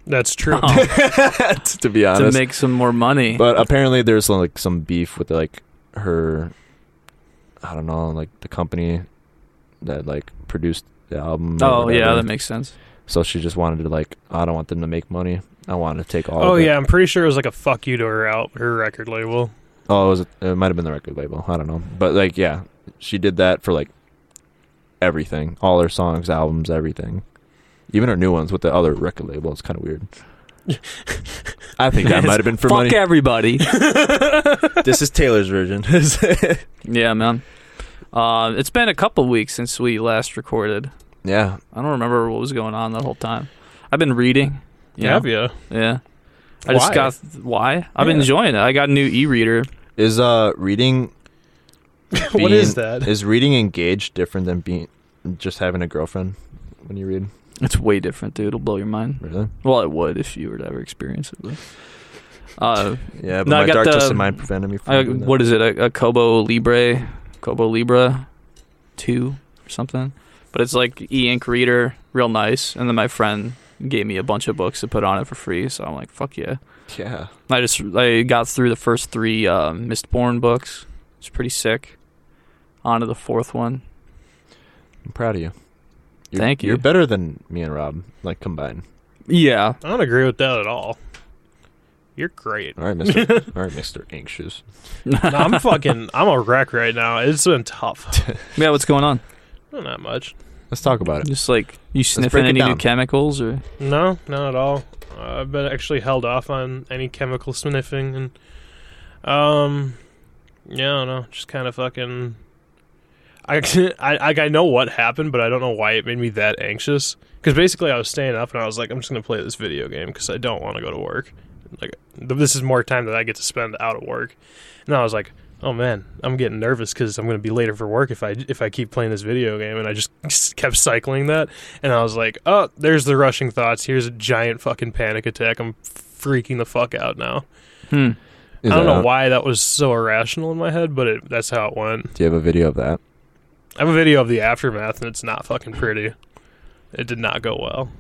S3: That's true.
S1: Oh,
S2: to
S1: *laughs*
S2: be
S1: to
S2: honest,
S1: make some more money.
S2: Uh, but apparently there's like some beef with like her. I don't know, like the company that like produced the album. or
S1: oh, yeah,
S2: whatever.
S1: that makes sense.
S2: so she just wanted to like, I don't want them to make money. I want to take all.
S3: Oh
S2: of it.
S3: yeah, I'm pretty sure it was like a fuck you to her out her record label.
S2: Oh, it, was, it might have been the record label. I don't know. But like, yeah, she did that for like everything, all her songs, albums, everything, even her new ones with the other record label. It's kind of weird. I
S1: *laughs*
S2: think that might have been for
S1: Fuck
S2: money.
S1: everybody.
S2: This is Taylor's version.
S1: *laughs*
S2: *laughs*
S1: yeah, man. Uh, it's been a couple weeks since we last recorded.
S2: yeah,
S1: I don't remember what was going on that whole time. I've been reading. you know?
S3: Have ya?
S1: Yeah. I just
S2: Why?
S3: *laughs*
S1: got why? I've been
S2: Yeah.
S1: enjoying it. I got a new e-reader.
S2: is uh reading.
S3: What
S2: being-
S3: is that?
S2: Is reading engaged different than being just having a girlfriend when you read?
S1: It's way different, dude. It'll blow your mind.
S2: Really?
S1: Well, it would if you were to ever experience it. But. *laughs* Uh,
S2: Yeah, but
S1: No, I
S2: my
S1: got
S2: dark
S1: the-
S2: twisted mind prevented me from.
S1: I,
S2: doing that.
S1: what is it? A, a Kobo Libre, Kobo Libra, two or something. But it's like e-ink reader, real nice. And then my friend gave me a bunch of books to put on it for free. So I'm like, fuck yeah.
S2: Yeah.
S1: I just I got through the first three uh, Mistborn books. It's pretty sick. On to the fourth one.
S2: I'm proud of you. You're,
S1: Thank you.
S2: You're better than me and Rob, like combined.
S1: Yeah,
S3: I don't agree with that at all. You're great.
S2: All right, Mister.
S3: *laughs*
S2: all right, Mister. Anxious.
S3: No,
S1: *laughs*
S3: I'm fucking. I'm a wreck right now. It's been tough.
S1: yeah. What's going on?
S3: Not much.
S2: Let's talk about it.
S1: Just like you
S2: break
S1: sniffing
S2: it
S1: any new
S2: down.
S1: chemicals or
S3: No, not at all. Uh, I've been actually held off on any chemical sniffing and um yeah, I don't know, just kind of fucking I, *laughs* I I know what happened, but I don't know why it made me that anxious. Because basically, I was staying up and I was like, I'm just gonna play this video game because I don't want to go to work. Like, th- this is more time that I get to spend out of work. And I was like, oh man, I'm getting nervous because I'm gonna be later for work if I if I keep playing this video game. And I just *laughs* kept cycling that. And I was like, oh, there's the rushing thoughts. Here's a giant fucking panic attack. I'm freaking the fuck out now.
S1: hmm.
S2: Is
S3: I don't
S2: that
S3: know
S2: out?
S3: why that was so irrational in my head, but it, that's how it went.
S2: Do you have a video of that?
S3: I have a video of the aftermath, and it's not fucking pretty. It did not go well.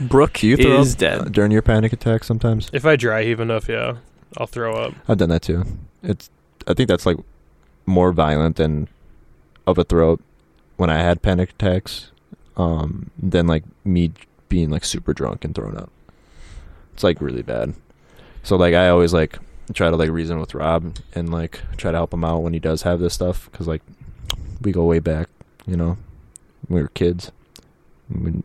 S1: Brooke
S2: Do you throw
S1: is
S2: up uh,
S1: dead.
S2: during your panic attack sometimes?
S3: If I dry heave enough, yeah, I'll throw up.
S2: I've done that too. It's. I think that's like more violent than of a throat when I had panic attacks, um, than like me being like super drunk and thrown up. It's like really bad. So like I always like try to like reason with Rob and like try to help him out when he does have this stuff because like we go way back, you know, we were kids. We-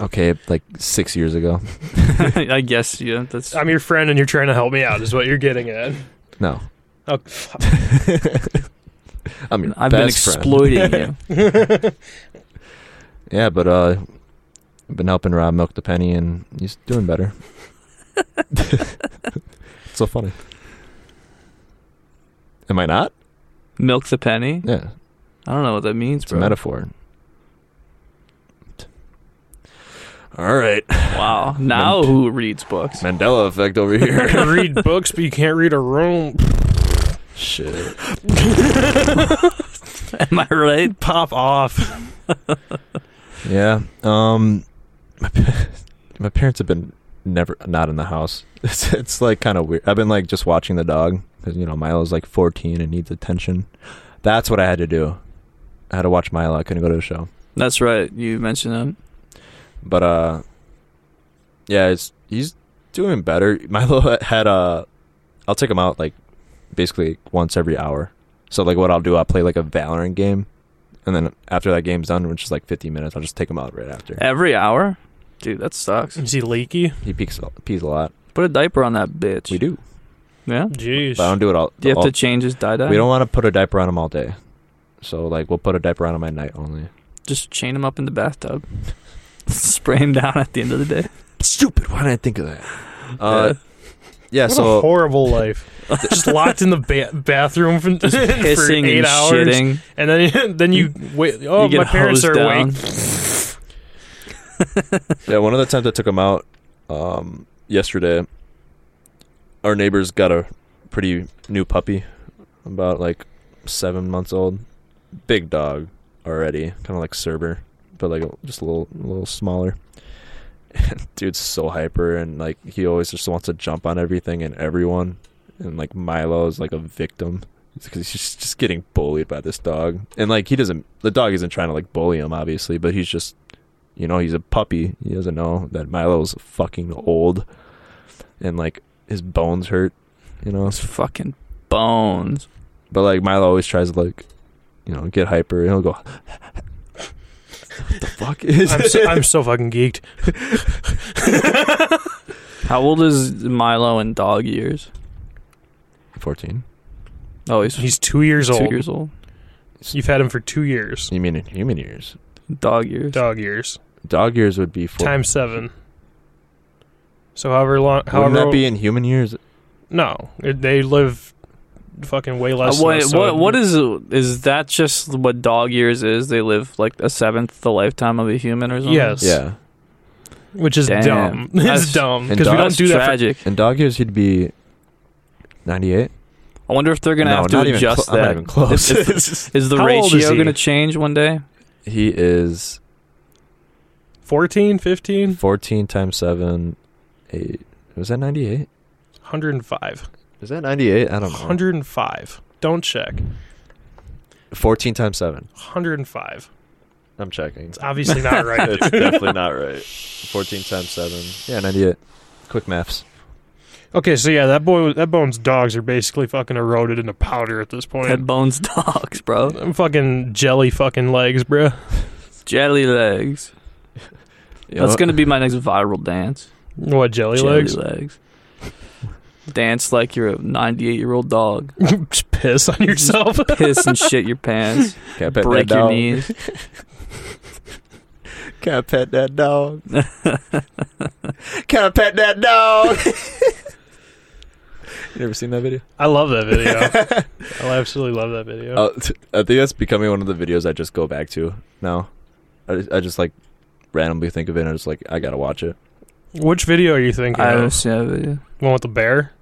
S2: okay, like six years ago.
S1: *laughs* I guess yeah. That's
S3: I'm your friend, and you're trying to help me out, is what you're getting at. *laughs*
S2: No,
S3: Oh,
S2: *laughs*
S3: fuck.
S2: I mean
S1: I've been
S3: *laughs*
S1: exploiting you.
S2: Yeah, but uh, I've been helping Rob milk the penny, and he's
S1: *laughs*
S2: doing better. so funny. Am I not?
S1: Milk the penny.
S2: Yeah,
S1: I don't know what that means,
S2: it's a
S1: bro.
S2: metaphor. All right,
S3: *laughs*
S1: Wow. Now who reads books?
S2: Mandela effect over
S3: You
S2: here.
S3: can read books, but you can't read a room.
S2: Shit.
S1: *laughs* Am I right?
S3: Pop off.
S2: Yeah. Um, my, pa- *laughs* my parents have been never not in the house. *laughs* It's, it's like kind of weird. I've been like just watching the dog because you know Milo's like 14 and needs attention. That's what I had to do. I had to watch Milo. I couldn't go to the show.
S1: That's right. You mentioned that.
S2: But uh yeah, it's, he's doing better. *laughs* Milo had a. I'll take him out like basically once every hour. So like what I'll do, I'll play like a Valorant game, and then after that game's done, which is like 50 minutes, I'll just take him out right after.
S1: Every hour? Dude, that sucks.
S3: Is he leaky?
S2: He peaks pees a lot.
S1: Put a diaper on that bitch.
S2: We do,
S1: Yeah?
S3: Jeez.
S2: but I don't do it all.
S1: Do you have
S2: all-
S1: to change his dye dye?
S2: we don't want to put a diaper on him all day. So like we'll put a diaper on him at night only.
S1: Just chain him up in the bathtub. *laughs* Spray him down at the end of the day.
S2: Stupid! Why didn't I think of that? Uh, yeah.
S3: what
S2: so
S3: a horrible life. just locked in the ba- bathroom for, *laughs* *laughs* for
S1: Pissing
S3: eight
S1: and
S3: hours,
S1: shitting.
S3: and then *laughs* then you wait. Oh,
S1: you get
S3: my parents
S1: hosed
S3: are
S1: down.
S3: awake.
S2: Yeah, one of the times I took him out um, yesterday, our neighbors got a pretty new puppy, about like seven months old, big dog already, kind of like Cerber, but like a, just a little, a little smaller. *laughs* Dude's so hyper and like he always just wants to jump on everything and everyone, and like Milo is like a victim because he's just, just getting bullied by this dog, and like he doesn't, the dog isn't trying to like bully him obviously, but he's just you know, he's a puppy. He doesn't know that Milo's fucking old and like his bones hurt, you know.
S1: Those fucking bones.
S2: But like Milo always tries to like, you know, get hyper and he'll go what the fuck is
S3: I'm so, I'm so fucking geeked.
S1: How old is Milo in dog years?
S2: fourteen.
S1: Oh, he's,
S3: He's two
S1: *laughs*
S3: years
S1: two
S3: old.
S1: years old.
S3: You've had him for two years.
S2: You mean in human years.
S1: Dog years.
S3: Dog years.
S2: Dog years would be four
S3: Times seven. So however long, however
S2: Wouldn't that be in human years?
S3: no, it- they live fucking way
S1: Uh,
S3: less. than
S1: what,
S3: us, so
S1: what,
S3: it-
S1: what is is that just what dog years is? They live like a seventh the lifetime of a human or something.
S3: Yes.
S2: Yeah.
S3: Which is
S1: Damn.
S3: dumb. *laughs*
S1: That's-
S3: it's dumb
S2: and
S3: because we
S1: That's
S3: don't do that. for-
S1: tragic.
S2: In dog years he'd be ninety eight.
S1: I wonder if they're gonna
S2: No,
S1: have to
S2: not even
S1: adjust
S2: clo- I'm not
S1: that.
S2: even close.
S1: Is,
S2: *laughs*
S1: is- is the
S3: How old
S1: ratio
S3: is he?
S1: gonna change one day?
S2: He is
S3: 14, 15,
S2: fourteen times seven eight was that ninety eight?
S3: 105.
S2: Is that ninety eight? I don't know.
S3: 105. Don't check.
S2: 14 times 7.
S3: 105.
S2: I'm checking.
S3: It's
S1: *laughs*
S3: obviously not right. dude.
S2: It's definitely not *laughs* right. 14 times 7. Yeah, 98. Quick maths.
S3: Okay, so yeah, that boy, that bone's dogs are basically fucking eroded into powder at this point.
S1: Head bones *laughs* dogs, bro.
S3: Them fucking jelly fucking legs, bruh.
S1: Jelly legs. That's gonna be my next viral dance.
S3: What jelly
S1: Jelly
S3: legs?
S1: legs. Dance like you're a 98 year old dog.
S3: *laughs* Just piss on yourself. *laughs*
S1: Piss and shit your
S2: *laughs*
S1: pants.
S2: Can't pet
S1: break
S2: that
S1: your
S2: dog.
S1: knees.
S2: Can't pet that dog. Can't pet that *laughs* dog. you never seen that video?
S3: I love that video.
S2: *laughs*
S3: I absolutely love that video.
S2: Oh, t- I think that's becoming one of the videos I just go back to now. I just, I just like randomly think of it and I'm just like, I gotta watch it.
S3: Which video are you thinking?
S1: I
S3: of?
S1: don't see that video.
S3: One with the bear?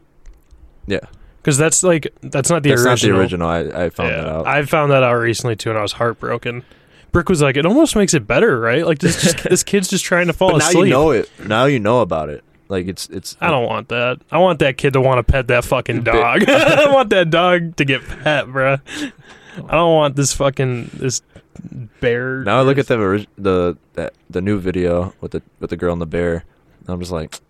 S2: Yeah.
S3: Because that's like that's not the
S2: that's not
S3: original.
S2: the original. I, I found
S3: Yeah.
S2: that out.
S3: I found that out recently too, and I was heartbroken. Brick was like, "It almost makes it better, right? Like this,
S2: *laughs*
S3: just, this kid's just trying to fall
S2: but now
S3: asleep."
S2: you know it. Now you know about it. Like it's it's
S3: I don't want that. I want that kid to want to pet that fucking dog. *laughs* I want that dog to get pet, bruh. I don't want this fucking this bear.
S2: Now I look at the orig- the that, the new video with the with the girl and the bear, and I'm just like,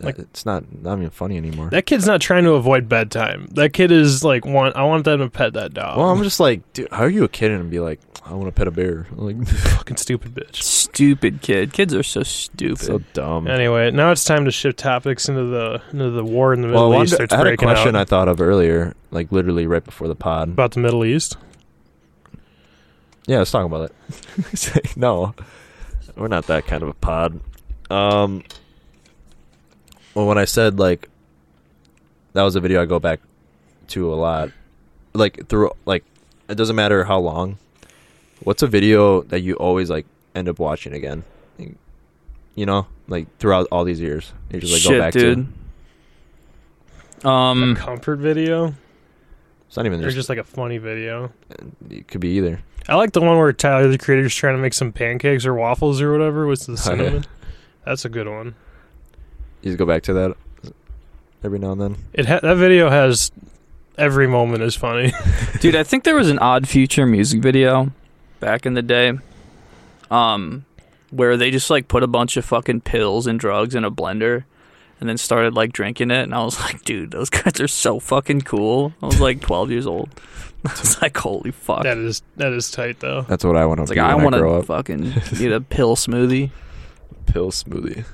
S3: Like-
S2: it's not not even funny anymore.
S3: That kid's not trying to avoid bedtime. That kid is like, want I want them to pet that dog.
S2: well, I'm just like, dude, how are you a kid and be like, I want to pet a bear? *laughs* Like,
S3: fucking stupid bitch.
S1: Stupid kid. Kids are so stupid.
S2: so dumb.
S3: Anyway, now it's time to shift topics into the into the war in the
S2: well,
S3: Middle
S2: I
S3: East.
S2: wanted-
S3: that's
S2: I had a
S3: breaking
S2: question
S3: out
S2: I thought of earlier, like literally right before the pod.
S3: about the Middle East.
S2: Yeah, let's talk about *laughs* it. no, we're not that kind of a pod. Um, well, when I said like that was a video I go back to a lot, like through like it doesn't matter how long. What's a video that you always like end up watching again? You know, like throughout all these years, you just like
S1: Shit,
S2: go back to.
S1: dude. Um,
S3: a comfort video
S2: It's not even
S3: or
S2: Mm. just,
S3: just like a funny video.
S2: It could be either.
S3: I like the one where Tyler the Creator's trying to make some pancakes or waffles or whatever
S2: *laughs*
S3: with the
S2: Oh, yeah.
S3: cinnamon. That's a good one.
S2: You just go back to that every now and then.
S3: It ha- that video has every moment is funny.
S1: dude, I think there was an Odd Future music video back in the day. Um, where they just like put a bunch of fucking pills and drugs in a blender and then started like drinking it and I was *laughs* like, dude, those guys are so fucking cool. I was like 12 years old. *laughs* I was like, holy fuck.
S3: *laughs* That is that is tight though.
S2: That's what I want to
S1: it's
S2: be
S1: like I
S2: when
S1: want
S2: I grow
S1: to *laughs*
S2: up.
S1: fucking get a pill smoothie.
S2: Pill smoothie.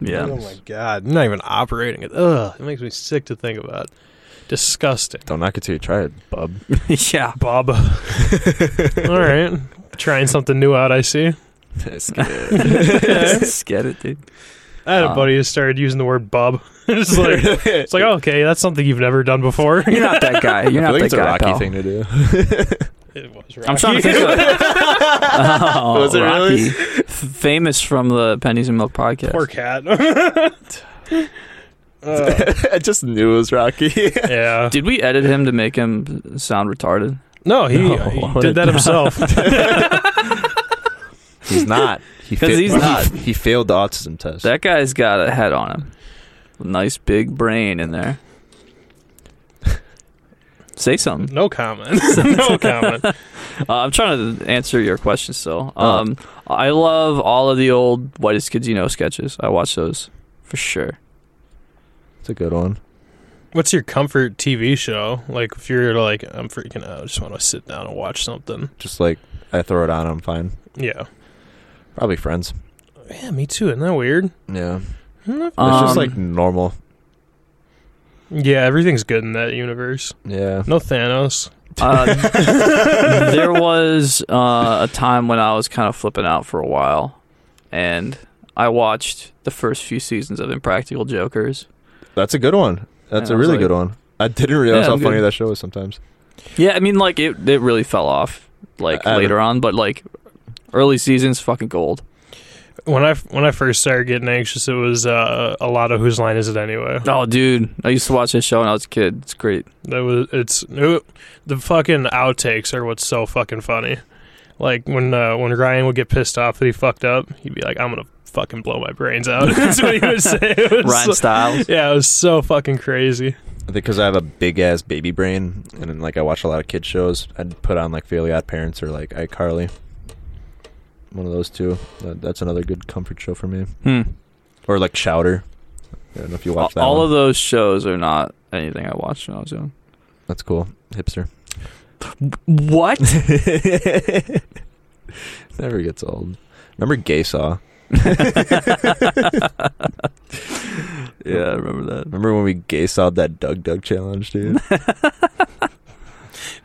S1: Yeah.
S3: Oh
S1: *laughs*
S3: my god, I'm not even operating it. Ugh, it makes me sick to think about. Disgusting.
S2: Don't knock it till you try it, bub.
S1: *laughs* yeah.
S3: Bob. *laughs* All *laughs* right, trying something new out. I see.
S1: Just get it, dude.
S3: I had a
S1: Uh.
S3: buddy who started using the word Bob. *laughs* *laughs* it's like it's like oh, okay, that's something you've never done before.
S1: You're not that guy. *laughs* You're
S2: I
S1: not
S2: feel like
S1: that
S2: it's a
S1: guy,
S2: Rocky
S1: pal.
S2: thing to do.
S3: *laughs* it was
S1: I'm trying to think of oh,
S2: *laughs* Was it really?
S1: Rocky. F- Famous from the Pennies and Milk podcast.
S3: *laughs* Poor cat. *laughs* *laughs* Uh,
S2: *laughs* I just knew it was Rocky.
S3: yeah.
S1: Did we edit him to make him sound retarded?
S3: No, he,
S1: No.
S3: he did that *laughs* himself.
S2: *laughs* he's not. He
S1: 'Cause
S2: fa-
S1: he's
S2: he-
S1: not.
S2: He failed the autism test.
S1: That guy's got a head on him. Nice big brain in there. *laughs* Say something.
S3: no comment. *laughs* no comment.
S1: Uh, I'm trying to answer your question still.
S2: Oh.
S1: Um, I love all of the old Whitest Kids You Know sketches. I watch those for sure.
S2: That's a good one.
S3: What's your comfort TV show? Like, if you're like, I'm freaking out, I just want to sit down and watch something.
S2: Just like I throw it on, I'm fine.
S3: Yeah.
S2: Probably friends.
S3: Yeah, me too. Isn't that weird?
S2: Yeah, it's
S3: Mm-hmm.
S1: Um,
S2: just like normal.
S3: Yeah, everything's good in that universe.
S2: Yeah,
S3: No Thanos. *laughs*
S1: Uh, Um, there was uh, a time when I was kind of flipping out for a while, and I watched the first few seasons of Impractical Jokers.
S2: that's a good one. That's
S1: Yeah, I
S2: a
S1: was
S2: really
S1: like-
S2: good one. I didn't realize
S1: Yeah,
S2: how
S1: I'm
S2: funny
S1: good.
S2: that show was sometimes.
S1: Yeah, I mean, like it, it really fell off like
S2: I- I
S1: later on, but like early seasons, fucking gold.
S3: When I when I first started getting anxious, it was uh, a lot of whose line is it anyway?
S1: Oh, dude, I used to watch this show when I was a kid. It's great.
S3: That was it's it- the fucking outtakes are what's so fucking funny. Like when uh, when Ryan would get pissed off that he fucked up, he'd be like, "I'm gonna fucking blow my brains out." Oh, *laughs* That's what he
S1: *laughs*
S3: would say. It was
S1: Ryan
S3: so-
S1: Styles.
S3: yeah, it was so fucking crazy.
S2: I think because I have a big ass baby brain, and then, like I watch a lot of kid shows. I'd put on like Fairly Odd Parents or like iCarly. One of those two. That, that's another good comfort show for me.
S1: Hmm.
S2: Or like Chowder. I don't know if you watch that.
S1: All
S2: one.
S1: of those shows are not anything I watched when I was young.
S2: that's cool.
S1: *laughs*
S2: Hipster.
S1: What?
S2: Never gets old. Remember Gay Saw?
S1: *laughs* yeah, I remember that.
S2: Remember when we gay sawed that Doug Doug challenge, dude?
S1: *laughs*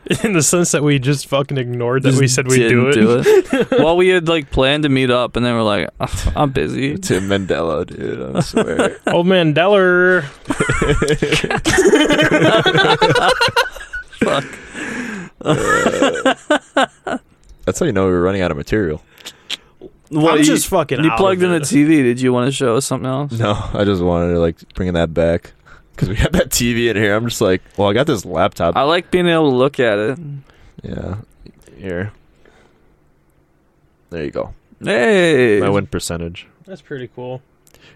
S3: *laughs* In the sense that we just fucking ignored that we
S1: Just
S3: said we'd
S1: didn't
S3: do it.
S1: it. *laughs* well, we had like planned to meet up, and then we're like, "Ugh, I'm busy.
S2: Tim Mandela, dude. I swear.
S3: *laughs* Old man Deller.
S2: That's how you know we were running out of material.
S1: Well,
S3: I'm
S1: you,
S3: just fucking.
S1: you
S3: out
S1: plugged
S3: of
S1: in a
S3: it.
S1: TV. Did you want to show us something else?
S2: *laughs* No, I just wanted to like bring that back because we had that TV in here. I'm just like, well, I got this laptop.
S1: I like being able to look at it.
S2: yeah, here. There you go.
S1: Hey,
S2: My win percentage
S3: That's pretty cool.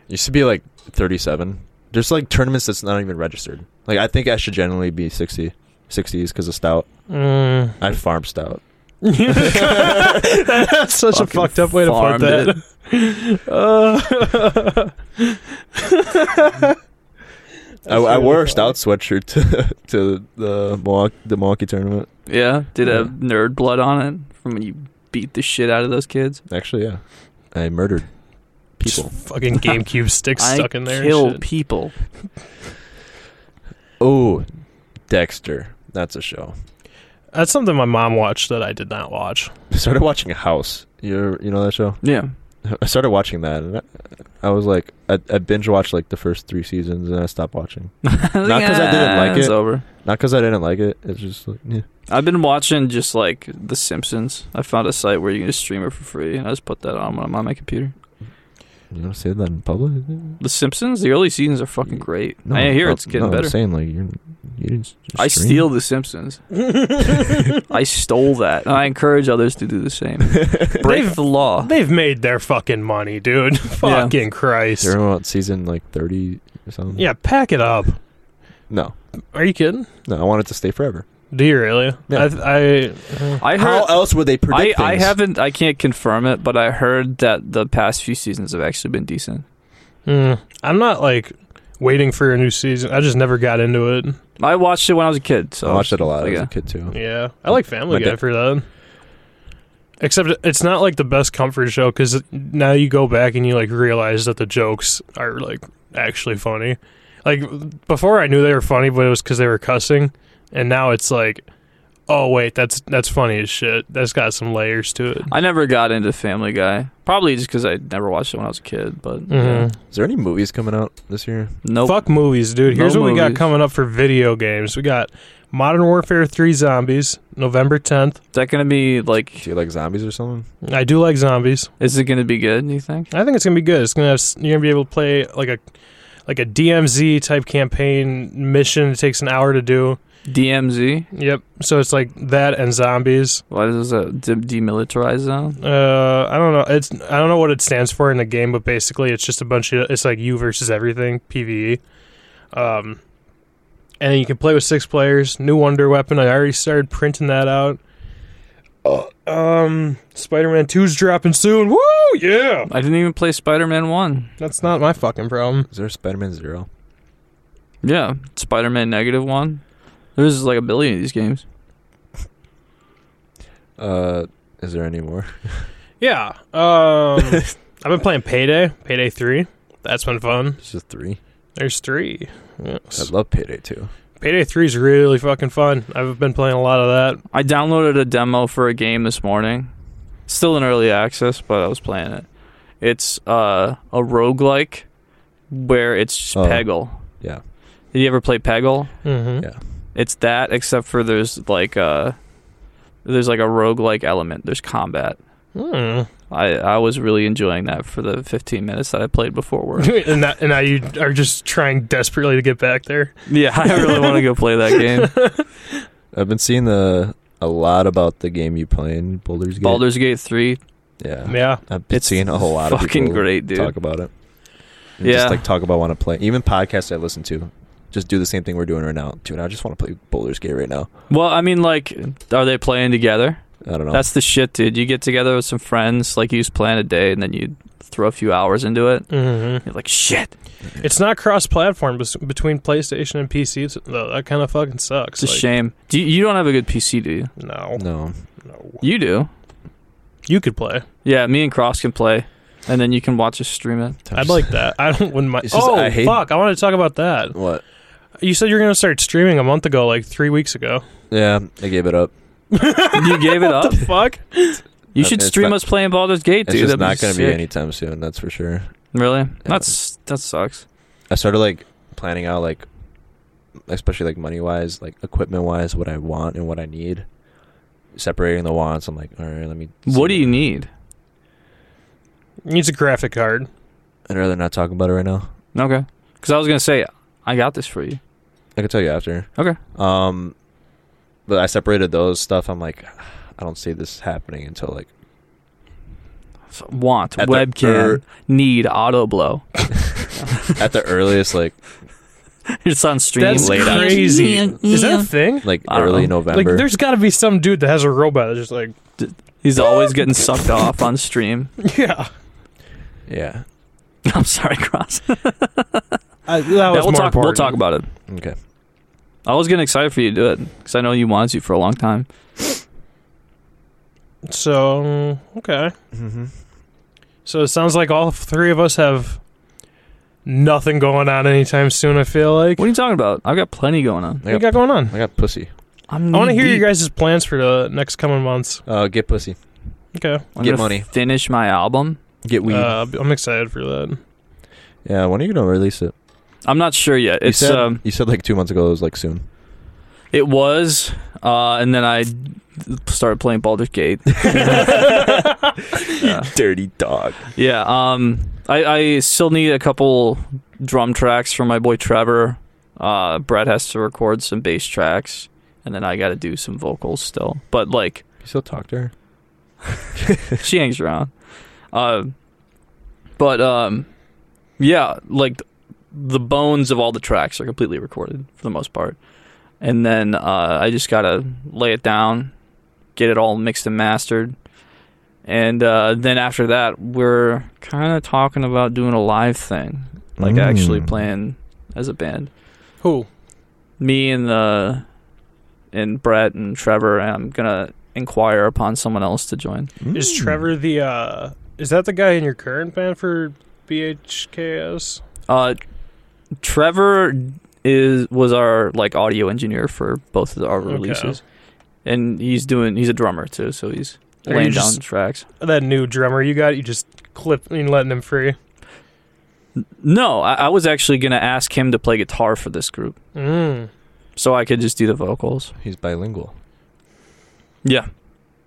S2: used to be like 37. There's like tournaments that's not even registered. Like I think I should generally be 60, 60s because of stout.
S3: Mm. *laughs*
S2: I farm stout.
S3: That's such a
S1: Fucking
S3: fucked up way to put
S1: farmed
S3: that. Uh, *laughs*
S2: I, I wore a stout sweatshirt *laughs* to, to the Milwaukee, the Milwaukee tournament.
S1: yeah, did
S2: Yeah.
S1: have nerd blood on it from when you beat the shit out of those kids.
S2: Actually, yeah, I murdered
S3: Just
S2: people.
S3: fucking GameCube sticks stuck
S1: I
S3: in there. and
S1: kill
S3: shit.
S1: people.
S2: Oh, Dexter. That's a show.
S3: That's something my mom watched that I did not watch.
S2: I *laughs* started watching House. You you know that show?
S1: Yeah,
S2: *laughs*
S1: *laughs*
S2: I started watching that, and I, I was like, I, I binge watched like the first three seasons, and I stopped watching.
S1: not
S2: 'cause I didn't like
S1: It's
S2: it.
S1: over.
S2: Not because I didn't like it. It's just like, yeah.
S1: I've been watching just like The Simpsons. I found a site where you can just stream it for free, and I just put that on when I'm on my computer.
S2: You don't say that in public.
S1: The Simpsons, the early seasons are fucking great.
S2: No,
S1: I hear
S2: no,
S1: it's getting
S2: no,
S1: better.
S2: I'm saying like you're, you didn't. s-
S1: I
S2: stream.
S1: steal The Simpsons. *laughs*
S3: *laughs*
S1: I stole that, and I encourage others to do the
S2: *laughs*
S1: same. Break *laughs*
S3: They've-
S1: the law.
S3: They've made their fucking money, dude. *laughs* fucking Christ.
S2: They're about season like thirty or something.
S3: Yeah, pack it up.
S2: No,
S3: Are you kidding?
S2: no, I want it to stay forever.
S3: Do you really?
S2: Yeah.
S3: I, th- I
S1: I
S2: How
S1: heard.
S2: else would they
S1: I,
S2: predict
S1: I
S2: things?
S1: haven't. I can't confirm it, but I heard that the past few seasons have actually been decent.
S3: mm, I'm not like waiting for a new season. I just never got into it.
S1: I watched it when I was a kid. So
S2: I watched it a lot
S1: Like,
S2: as
S1: uh,
S2: a kid too.
S3: Yeah, I like
S2: My
S3: Family Guy
S2: dad-
S3: for that. Except it's not like the best comfort show because now you go back and you like realize that the jokes are like actually funny. Like before, I knew they were funny, but it was because they were cussing, and now it's like, oh wait, that's that's funny as shit. That's got some layers to it.
S1: I never got into Family Guy. Probably just because I never watched it when I was a kid. But yeah.
S3: Mhm.
S2: Is there any movies coming out this year?
S1: nope.
S3: Fuck movies, dude.
S1: Oh. No
S3: Here's what we got
S1: movies.
S3: coming up for video games. We got Modern Warfare 3 Zombies, November 10th.
S1: Is that gonna be like?
S2: Do you like zombies or something?
S3: I do like zombies.
S1: Is it gonna be good? You think?
S3: I think it's gonna be good. It's gonna have s- you're gonna be able to play like a like a DMZ type campaign mission. It takes an hour to do.
S1: DMZ.
S3: Yep. So it's like that and zombies.
S1: What is that? De- demilitarized zone.
S3: Uh, I don't know. It's I don't know what it stands for in the game, but basically it's just a bunch of it's like you versus everything PVE. Um, and you can play with six players. New wonder weapon. I already started printing that out. Uh, Um, Spider-Man 2's dropping soon. Woo! Yeah,
S1: I didn't even play Spider Man One.
S3: that's not my fucking problem.
S2: Is there Spider Man Zero?
S1: Yeah, Spider Man Negative One. There's like a billion of these games.
S2: Uh, is there any more? *laughs*
S3: Yeah. *laughs* Um, I've been playing Payday, Payday 3. That's been fun.
S2: It's just three.
S3: There's three.
S2: I
S3: Yes.
S2: love Payday too.
S3: Payday 3 is really fucking fun. I've been playing a lot of
S1: I downloaded a demo for a game this morning. Still in early access, but I was playing it. It's uh, a roguelike where it's just
S2: Oh.
S1: Peggle.
S2: Yeah.
S1: Did you ever play Peggle?
S3: that. Mm-hmm.
S2: Yeah.
S1: It's that except for there's like a there's like a roguelike element. There's combat.
S3: Mm-hmm. Hmm.
S1: I, I was really enjoying that for the 15 minutes that I played before work.
S3: and, that, and now you are just trying desperately to get back there.
S1: *laughs* yeah, I really want to go play that game.
S2: I've been seeing the a lot about the game you playing Baldur's
S1: *laughs*
S2: Gate.
S1: Baldur's Gate 3,
S2: Yeah.
S3: Yeah.
S2: I've been
S1: It's
S2: seeing a whole lot of
S1: fucking
S2: people
S1: great, dude.
S2: talk about it. And Just
S1: Yeah.
S2: like talk about want to play. Even podcasts I listen to just do the same thing we're doing right now. Dude, I just want to play Baldur's Gate right now.
S1: Well, I mean, like, are they playing together?
S2: I don't know.
S1: That's the shit, dude. You get together with some friends, like, you just plan a day, and then you throw a few hours into it.
S3: Mm-hmm.
S1: You're like, shit.
S3: It's not cross-platform bes- between PlayStation and PC, so- though. That kind of fucking sucks.
S1: It's a
S3: Like,
S1: shame. Do you, you don't have a good PC, do you?
S3: No,
S2: no.
S3: no.
S1: You do.
S3: You could play.
S1: Yeah, me and Cross can play, and then you can watch us stream *laughs* it.
S3: I'd like that. I don't. Wouldn't mind.
S2: It's just-
S3: oh
S2: I hate-
S3: fuck! I wanted to talk about
S2: *laughs*
S3: that.
S2: What?
S3: You said you were gonna start streaming a month ago, like three weeks ago.
S2: Yeah, I gave it up.
S1: you gave it up.
S3: Fuck.
S1: You
S2: Uh,
S1: should
S2: it's
S1: stream
S2: not-
S1: us playing Baldur's Gate,
S2: It's
S1: dude. That'd
S2: just not going to be
S1: sick.
S2: anytime soon, that's for sure.
S1: Really? That's that sucks.
S2: I started like planning out like especially like money wise, like equipment wise, what I want and what I need. Separating the wants, I'm like, all right, let me. see
S1: What do you need?
S3: Needs a graphic card.
S2: I'd rather not talk about it right now.
S1: Okay. Because I was gonna say, I got this for you.
S2: I can tell you after.
S1: Okay.
S2: Um, but I separated those stuff. I'm like, I don't see this happening until
S1: *laughs*
S2: like
S1: So, want
S2: At the-
S1: webcam
S2: er-
S1: need auto blow. *laughs*
S2: at the earliest, like
S1: it's on stream.
S3: That's
S1: later.
S3: crazy. Is that a thing?
S2: like
S1: I don't
S2: early
S1: know.
S2: November.
S3: Like, there's got to be some dude that has a robot that's just like, *laughs*
S1: He's always getting sucked off on stream. *laughs*
S3: yeah.
S2: yeah.
S1: I'm sorry, Cross.
S3: I, that
S1: Yeah,
S3: was
S1: we'll
S3: more
S1: talk. We'll
S3: important.
S1: talk about it.
S2: Okay.
S1: I was getting excited for you to do it because I know you wanted to for a long time.
S3: So mm, okay.
S2: Mm-hmm.
S3: So it sounds like all three of us have nothing going on anytime soon. I feel like.
S1: What are you talking about? I've got plenty going on.
S3: What you got going on?
S2: I got pussy.
S1: I'm
S3: I want to hear
S1: knee-deep.
S3: your guys' plans for the next coming months.
S2: Uh, get pussy.
S3: Okay.
S1: I'm
S2: Get
S1: gonna
S2: money.
S1: Finish my album.
S2: Get weed.
S3: Uh, I'm excited for that.
S2: yeah. When are you gonna release it?
S1: I'm not sure yet. It's
S2: you said
S1: um,
S2: you said like two months ago. It was like soon.
S1: *laughs* it was, uh, and then I started playing Baldur's Gate.
S2: Dirty dog.
S1: *laughs* Yeah, um, I, I still need a couple drum tracks from my boy Trevor. Uh, Brett has to record some bass tracks, and then I got to do some vocals still. But like,
S2: You still talk to her?
S1: she hangs around. Uh, but um, yeah, like the bones of all the tracks are completely recorded for the most part. and then uh, I just gotta lay it down, get it all mixed and mastered, and uh, then after that, we're kind of talking about doing a live thing, like
S2: Mm.
S1: actually playing as a band.
S3: Who?
S1: Me and the and Brett and Trevor, and I'm gonna inquire upon someone else to join.
S3: Is
S2: Hmm.
S3: Trevor the uh is that the guy in your current band for BHKS?
S1: Uh, Trevor is was our like audio engineer for both of our releases, and he's doing he's a drummer too, so he's
S3: Are you
S1: laying down
S3: just-
S1: tracks.
S3: That new drummer you got, you just clipping letting him free.
S1: No, I, I was actually gonna ask him to play guitar for this group,
S3: Mm.
S1: so I could just do the vocals.
S2: He's bilingual.
S1: Yeah,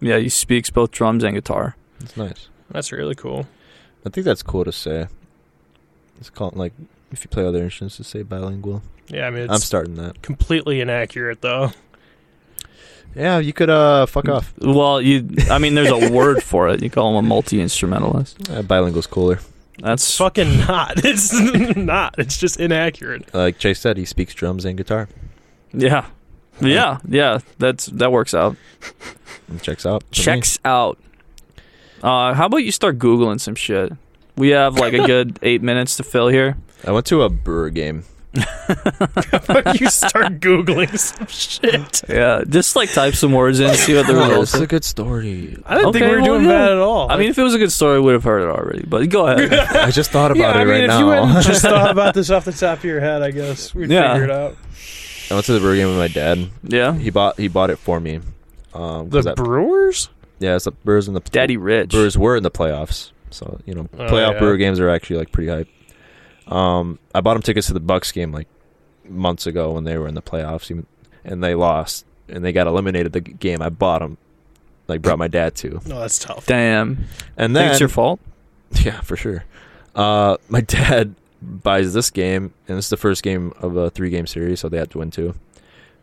S1: yeah, he speaks both drums and guitar.
S2: That's nice.
S3: That's really cool.
S2: I think that's cool to say. It's called like if you play other instruments, to say bilingual.
S3: Yeah, I mean
S2: I'm
S3: it's
S2: starting that.
S3: completely inaccurate though.
S2: Yeah, you could uh fuck off.
S1: Well, you, I mean, there's a word for it. You call him a multi instrumentalist.
S2: Uh, bilingual's cooler.
S1: That's
S3: Fucking *laughs* not. It's not. It's just inaccurate.
S2: Like Jay said, he speaks drums and guitar.
S1: yeah, yeah, yeah. That's that works out.
S2: It checks out. for me.
S1: checks out. Uh, how about you start googling some shit? We have like
S2: *laughs*
S1: a good eight minutes to fill here.
S2: I went to a Brewer game.
S3: *laughs* you start googling some shit.
S1: Yeah, just like type some words in, see
S2: *laughs*
S1: what the results.
S2: a
S1: Are.
S2: good story.
S3: I didn't think
S1: Okay,
S3: we were
S1: well,
S3: doing
S1: yeah.
S3: bad at all.
S1: I mean, if it was a good story, we'd have heard it already. But go
S2: *laughs*
S1: ahead.
S2: I just thought about
S3: *laughs* yeah,
S2: it
S3: I mean,
S2: right
S3: if
S2: now.
S3: you hadn't just thought about this off the top of your head, I guess we'd
S1: Yeah.
S3: figure it out.
S2: *laughs* I went to the Brewer game with my dad.
S1: yeah,
S2: He bought he bought it for me. Um, 'cause
S3: The
S2: I-
S3: Brewers?
S2: yeah, it's the Brewers in the
S1: Daddy Rich.
S2: Brewers were in the playoffs, so you know
S3: Oh,
S2: playoff
S3: yeah.
S2: Brewer games are actually like pretty hype. Um, I bought them tickets to the Bucks game like months ago when they were in the playoffs, even- and they lost and they got eliminated. The g- game I bought them, like brought my dad to,
S3: No, that's tough.
S1: Damn, think
S2: and then
S1: it's your fault.
S2: *laughs* yeah, for sure. Uh, my *laughs* dad buys this game, and this is the first game of a three game series, so they have to win two.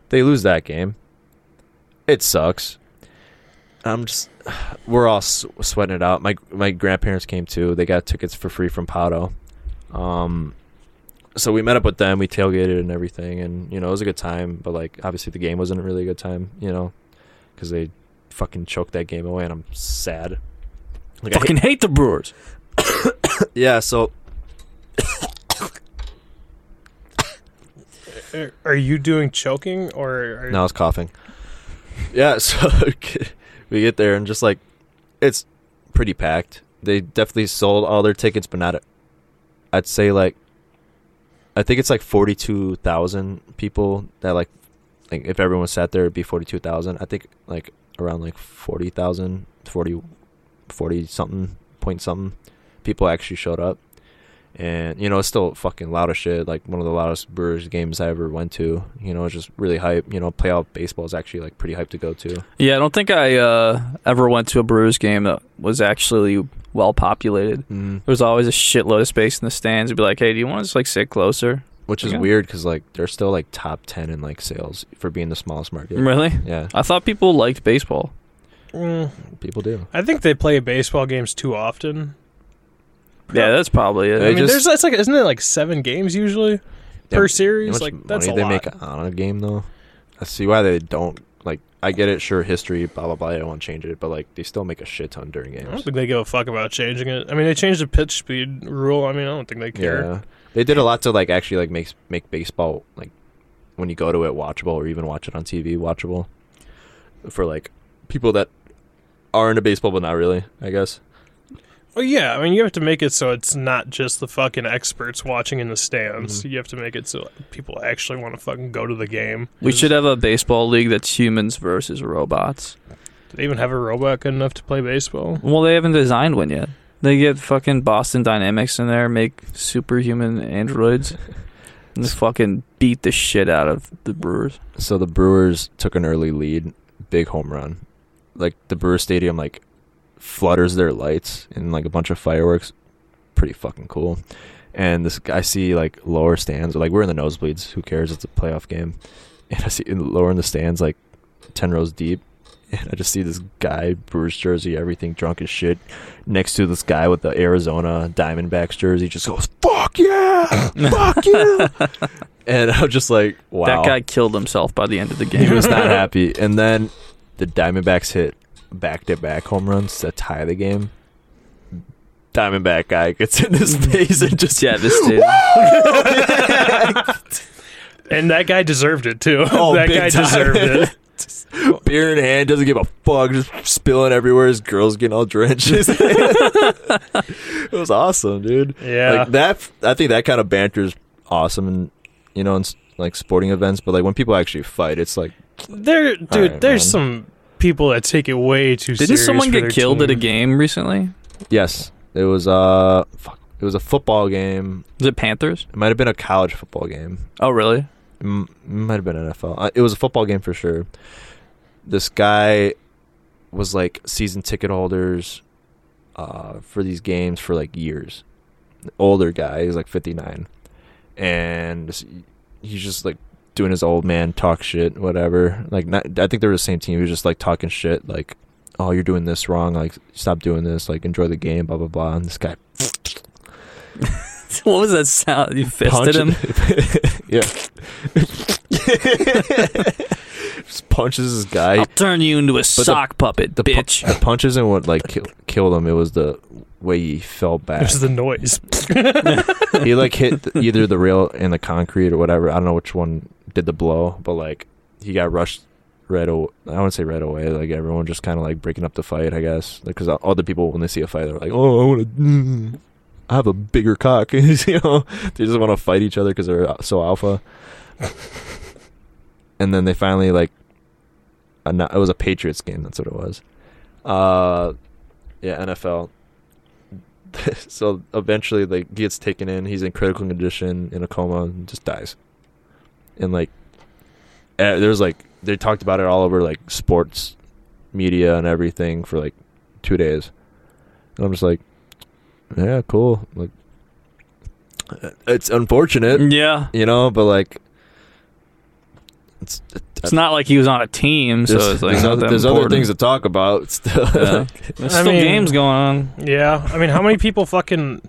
S2: They lose that game. It sucks. I'm just, *sighs* we're all s- sweating it out. My my grandparents came too. They got tickets for free from Pato. Um, so we met up with them. We tailgated and everything, and you know it was a good time. But like, obviously, the game wasn't really a good time. You know, because they fucking choked that game away, and I'm sad. Like, I hate-
S1: Fucking hate the Brewers.
S2: yeah, so
S3: Are- Are you doing choking or? Are,
S2: No, I was coughing. Yeah, *laughs* so we get there and just like it's pretty packed. They definitely sold all their tickets, but not. I'd say like, I think it's like forty-two thousand people that like, like if everyone sat there, it'd be forty-two thousand. I think like around like 40,000, 40, 40 something point something people actually showed up, and you know it's still fucking loud as shit. Like one of the loudest Brewers games I ever went to. You know it's just really hype. You know playoff baseball is actually like pretty hype to go to.
S1: Yeah, I don't think I uh, ever went to a Brewers game that was actually well populated.
S2: Mm.
S1: There was always a shitload of space in the stands. You'd be like, "Hey, do you want to just like sit closer?"
S2: which is
S1: Yeah.
S2: weird 'cause weird because like they're still like top 10 in like sales for being the smallest market
S1: Really?
S2: yeah
S1: I thought people liked baseball.
S3: Mm,
S2: people do
S3: I think they play baseball games too often.
S1: Yeah, that's probably it.
S2: They
S3: I mean,
S2: just-
S3: there's that's like isn't it like seven games usually
S2: Yeah,
S3: per
S2: You know
S3: series?
S2: how much
S3: Like that's a
S2: money they
S3: lot.
S2: make on a game though i see why they don't like i get it sure history blah blah blah i don't want to change it but like they still make a shit ton during
S3: I don't
S2: games
S3: think they give a fuck about changing it. I mean, they changed the pitch speed rule. I mean, I don't think they care.
S2: yeah they did a lot to like actually like make make baseball like when you go to it watchable or even watch it on tv watchable for like people that are into baseball but not really i guess
S3: Well, yeah. I mean, you have to make it so it's not just the fucking experts watching in the
S1: Mm-hmm.
S3: stands. You have to make it so people actually want to fucking go to the game.
S1: We
S3: Is-
S1: should have a baseball league that's humans versus robots.
S3: Do they even have a robot good enough to play baseball?
S1: Well, they haven't designed one yet. They get fucking Boston Dynamics in there, make superhuman androids, and just fucking beat the shit out of the Brewers.
S2: So the Brewers took an early lead, big home run. Like the Brewer Stadium like flutters their lights and like a bunch of fireworks. Pretty fucking cool. And this I see like lower stands, like we're in the *laughs* nosebleeds, who cares? It's a playoff game. And I see in, lower in the stands, like ten rows deep, *laughs* and I just see this guy, Brewers jersey, everything drunk as shit, next to this guy with the Arizona Diamondbacks jersey, just goes,
S1: *laughs*
S2: fuck yeah, fuck yeah. And *laughs* I'm just like, wow.
S1: That guy killed himself by the end of the
S2: he
S1: game.
S2: was
S3: *laughs*
S2: not happy. And then the Diamondbacks hit back to back home runs to tie the game. Diamondback guy gets in
S3: *laughs*
S2: his face and
S1: *laughs*
S2: just
S1: yeah, this dude.
S3: And that guy deserved it too. *laughs*
S2: Oh,
S3: that
S2: big
S3: guy
S2: time.
S3: deserved
S1: *laughs*
S2: *laughs*
S3: it.
S2: beer in hand, doesn't give a fuck, just spilling everywhere. His girl's getting all drenched. *laughs* it was awesome, dude.
S3: Yeah.
S2: like that. I think that kind of banter is awesome, and you know, in s- like sporting events. But like when people actually fight, it's like
S3: There, dude.
S2: right,
S3: there's
S2: man.
S3: some people that take it way too.
S1: Didn't
S3: serious
S1: someone
S3: for their
S1: get killed at a
S3: team.
S1: game recently?
S2: yes, it was uh, fuck, it was a football game.
S1: Was it Panthers?
S2: It might have been a college football game.
S1: Oh, really? *laughs*
S2: It m- might have been NFL. Uh, It was a football game for sure. This guy was like season ticket holders uh, for these games for like years. Older guy, he's like 59. And s- he's just like doing his old man talk shit, whatever. Like, not, I think they were the same team. He was just like talking shit, like, oh, you're doing this wrong. Like, stop doing this. Like, enjoy the game, blah, blah, blah. And this guy *laughs*
S1: What was that sound? You fisted
S2: Punch
S1: him?
S2: *laughs* yeah. just punches this guy.
S1: I'll turn you into a
S2: the-
S1: sock puppet,
S2: the pu-
S1: Oh, bitch.
S2: The punches and what like kill, killed him. It was the way he fell back.
S3: *laughs* There's the noise.
S2: *laughs* *laughs* he like hit
S1: *laughs*
S2: th- either the rail and the concrete or whatever. I don't know which one did the blow, but like he got rushed right away. I wouldn't say right away. Like everyone just kind of like breaking up the fight, I guess. Because all the people when they see a fight, they're like, "Oh, I want to. I have a bigger cock." *laughs* you know, they just want to fight each other because they're uh, so alpha. and then they finally like, uh, no- it was a Patriots game. That's what it was. Uh, yeah, NFL *laughs* so eventually like he gets taken in he's in critical condition in a coma and just dies and like eh, there was like they talked about it all over like sports media and everything for like two days and i'm just like yeah cool like it's unfortunate
S1: Yeah.
S2: you know but like it's,
S1: It's not like he was on a team, so
S2: there's,
S1: it's like
S2: there's
S1: not
S2: other,
S1: that
S2: there's other
S1: important.
S2: things to talk about *laughs* still
S1: Yeah. There's
S3: I
S1: still
S3: mean-
S1: games going on.
S3: Yeah, I mean, how many people fucking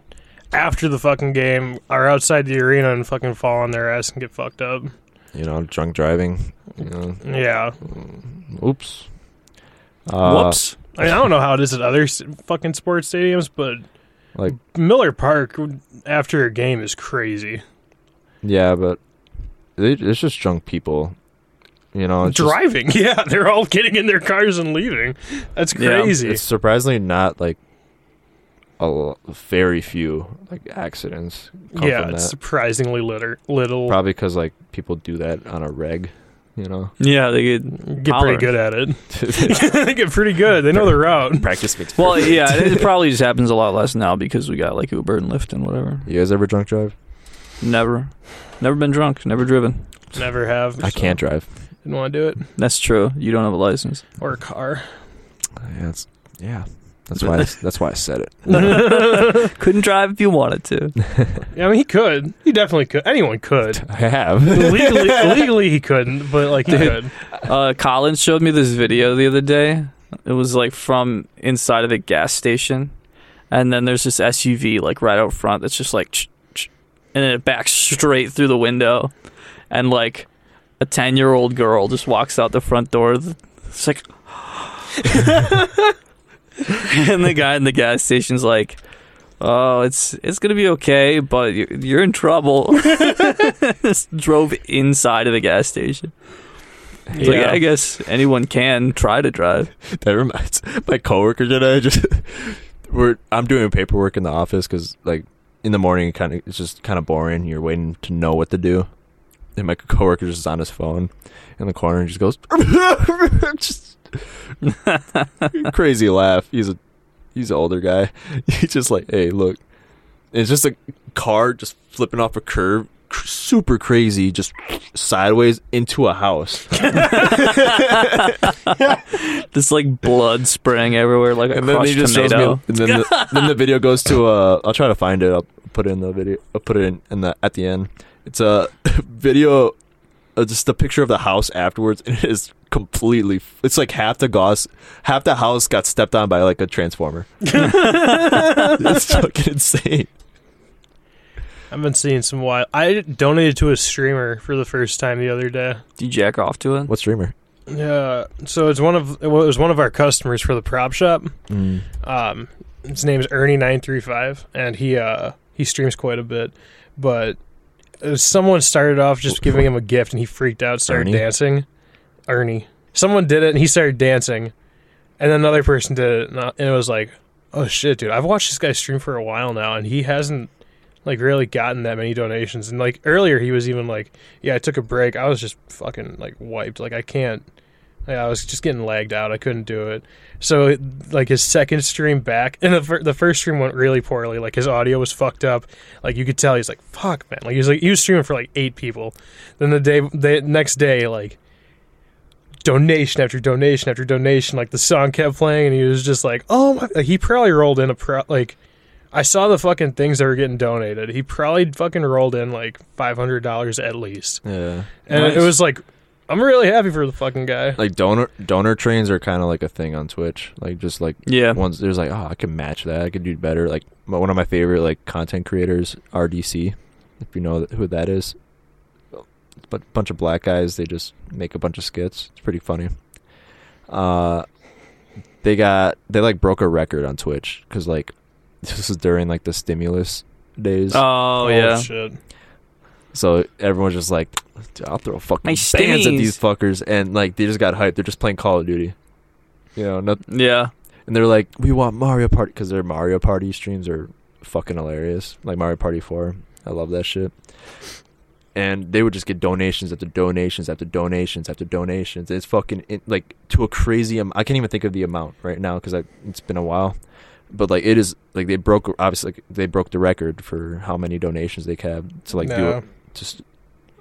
S3: after the fucking game are outside the arena and fucking fall on their ass and get fucked up?
S2: you know drunk driving you know
S3: Yeah,
S2: oops Uh,
S1: Whoops.
S3: I mean, I don't know how it is at other s- fucking sports stadiums, but
S2: like
S3: Miller Park after a game is crazy.
S2: Yeah, but they, it's just drunk people. You know, Oh, it's, just-
S3: Driving, *laughs* yeah, they're all getting in their cars and leaving. That's
S1: Yeah,
S3: crazy.
S2: it's surprisingly not like a l- very few like accidents. Come
S3: yeah,
S2: from
S3: it's
S2: that.
S3: surprisingly litter, little.
S2: probably because like people do that on a reg. You know, *laughs*
S1: Yeah, they could.
S3: get
S1: tolerant.
S3: pretty good at it. *laughs* they get pretty good. They know their route.
S2: practice makes.
S1: Well, yeah, it probably just happens a lot less now because we got like Uber and Lyft and whatever.
S2: you guys ever drunk drive?
S1: Never, never been drunk, never driven.
S3: Never have.
S2: I can't drive.
S3: Didn't want to do it.
S1: That's true. You don't have a license.
S3: Or a car.
S2: Yeah, it's, yeah. That's why. I, that's why I said it.
S1: Couldn't drive if you wanted to.
S3: Yeah, I mean, he could. He definitely could. Anyone could.
S2: *laughs* I have. *laughs*
S3: legally, legally, he couldn't, but like he could.
S1: *laughs* Uh, Colin showed me this video the other day. It was like from inside of a gas station, and then there's this SUV like right out front that's just like, ch- ch- and then it backs straight through the window, and like a ten year old girl just walks out the front door. It's like, *laughs* and the guy in the gas station's like. Oh, it's it's gonna be okay, but you're, you're in trouble. *laughs* Just drove inside of a gas station. It's like, I guess anyone can try to drive.
S2: *laughs* That reminds my coworker today. *laughs* Just we're I'm doing paperwork in the office because like in the morning, kind of it's just kind of boring. You're waiting to know what to do, and my coworker just is on his phone in the corner and just goes *laughs* just *laughs* crazy laugh. He's a he's an older guy. *laughs* He's just like, hey, look, it's just a car just flipping off a curve. cr- Super crazy, just sideways into a house.
S1: There's like blood spraying everywhere, like a
S2: and then
S1: crushed
S2: he just
S1: tomato.
S2: shows me, and then the, then the video goes to uh, I'll try to find it. I'll put it in the *laughs* video. I'll put it in, in the at the end. It's a video uh, just the picture of the house afterwards, and it is completely. It's like half the gauze, half the house got stepped on by like a transformer.
S1: *laughs*
S2: *laughs* it's fucking insane.
S3: I've been seeing some wild. I donated to a streamer for the first time the other day.
S1: Do you jack off to it?
S2: What streamer?
S3: Yeah, so it's one of it was one of our customers for the prop shop.
S2: Mm.
S3: Um, his name is Ernie nine three five, and he uh he streams quite a bit. But uh, someone started off just giving him a gift, and he freaked out, started
S2: Ernie?
S3: dancing. Ernie, someone did it, and he started dancing, and then another person did it, and I- and it was like, oh shit, dude! I've watched this guy stream for a while now, and he hasn't like really gotten that many donations. And like earlier, he was even like, yeah, I took a break. I was just fucking like wiped. Like I can't. Yeah, I was just getting lagged out. I couldn't do it. So like his second stream back, and the fir- the first stream went really poorly. Like his audio was fucked up. Like you could tell he's like fuck man. Like he was like he was streaming for like eight people. Then the day the next day like donation after donation after donation. Like the song kept playing, and he was just like oh my. Like, he probably rolled in a pro like. I saw the fucking things that were getting donated. He probably fucking rolled in like five hundred dollars at least,
S2: Yeah,
S3: and
S1: Nice.
S3: it was like, I'm really happy for the fucking guy.
S2: like donor donor trains are kind of like a thing on Twitch. Like just like
S1: Yeah.
S2: ones there's like oh I can match that. I could do better. Like my- one of my favorite like content creators, RDC, if you know th- who that is. But bunch of black guys, they just make a bunch of skits. It's pretty funny. Uh, they got they like broke a record on Twitch because like *laughs* this was during like the stimulus days.
S1: Oh, yeah.
S3: shit.
S2: So everyone's just like, "Dude, I'll throw fucking
S1: Nice
S2: bands at
S1: stimmies."
S2: these fuckers, and like they just got hyped. They're just playing Call of Duty, you know. No,
S1: Yeah.
S2: and they're like, we want Mario Party because their Mario Party streams are fucking hilarious. Like Mario Party Four, I love that shit. And they would just get donations after donations after donations after donations. It's fucking it, like to a crazy. Am- I can't even think of the amount right now because it's been a while. But like it is like they broke obviously like, they broke the record for how many donations they have to like do it just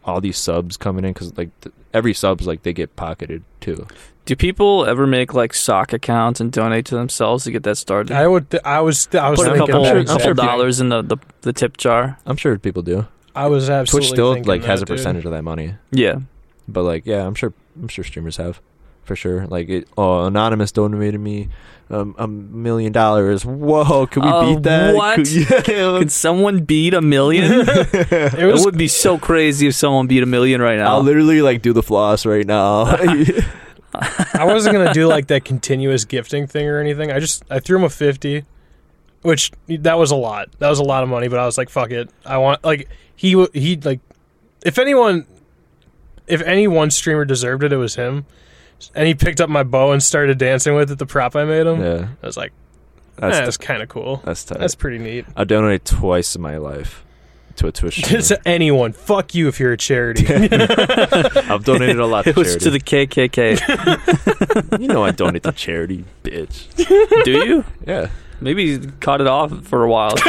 S2: all these subs coming in because like th- every subs like they get pocketed too.
S1: Do people ever make like sock accounts and donate to themselves to get that started?
S3: I would. Th- I was. Th- I was
S1: Put a
S3: thinking.
S1: couple,
S3: that
S2: sure- I'm
S1: couple
S3: exact-
S1: dollars in the, the, the tip jar.
S2: I'm sure people do.
S3: I was absolutely.
S2: Twitch still
S3: thinking
S2: like has
S3: that,
S2: a
S3: dude.
S2: percentage of that money,
S1: Yeah.
S2: but like yeah, I'm sure I'm sure streamers have for sure. Like it, oh, anonymous donated me um, a million dollars. Whoa, could we
S1: Oh,
S2: beat that?
S1: what?
S2: Could- *laughs* yeah,
S1: Could
S2: let's-
S1: someone beat a
S2: *laughs*
S1: million?
S3: *laughs* It
S1: it
S3: was.
S1: would be so crazy if someone beat a million right now.
S2: I'll literally like do the floss right *laughs* now.
S3: I wasn't gonna do like that continuous gifting thing or anything. I just I threw him a fifty, which that was a lot. That was a lot of money. But I was like, fuck it. I want like he w- he like if anyone if any one streamer deserved it, it was him. And he picked up my bow and started dancing with it. The prop I made him.
S2: yeah,
S3: I was like,
S2: that's Uh,
S3: eh, that's kind of cool.
S2: that's tight.
S3: That's pretty neat. *laughs*
S2: I donate twice in my life to a Twitch.
S3: to *laughs*
S2: streamer.
S3: anyone. Fuck you if you're a charity.
S2: I've donated a lot. To
S1: it was
S2: charity.
S1: to the
S2: *laughs*
S1: KKK.
S2: you know I donate to charity, bitch.
S1: Do you?
S2: Yeah.
S1: Maybe he cut it off for a
S2: *laughs*
S1: while. *laughs*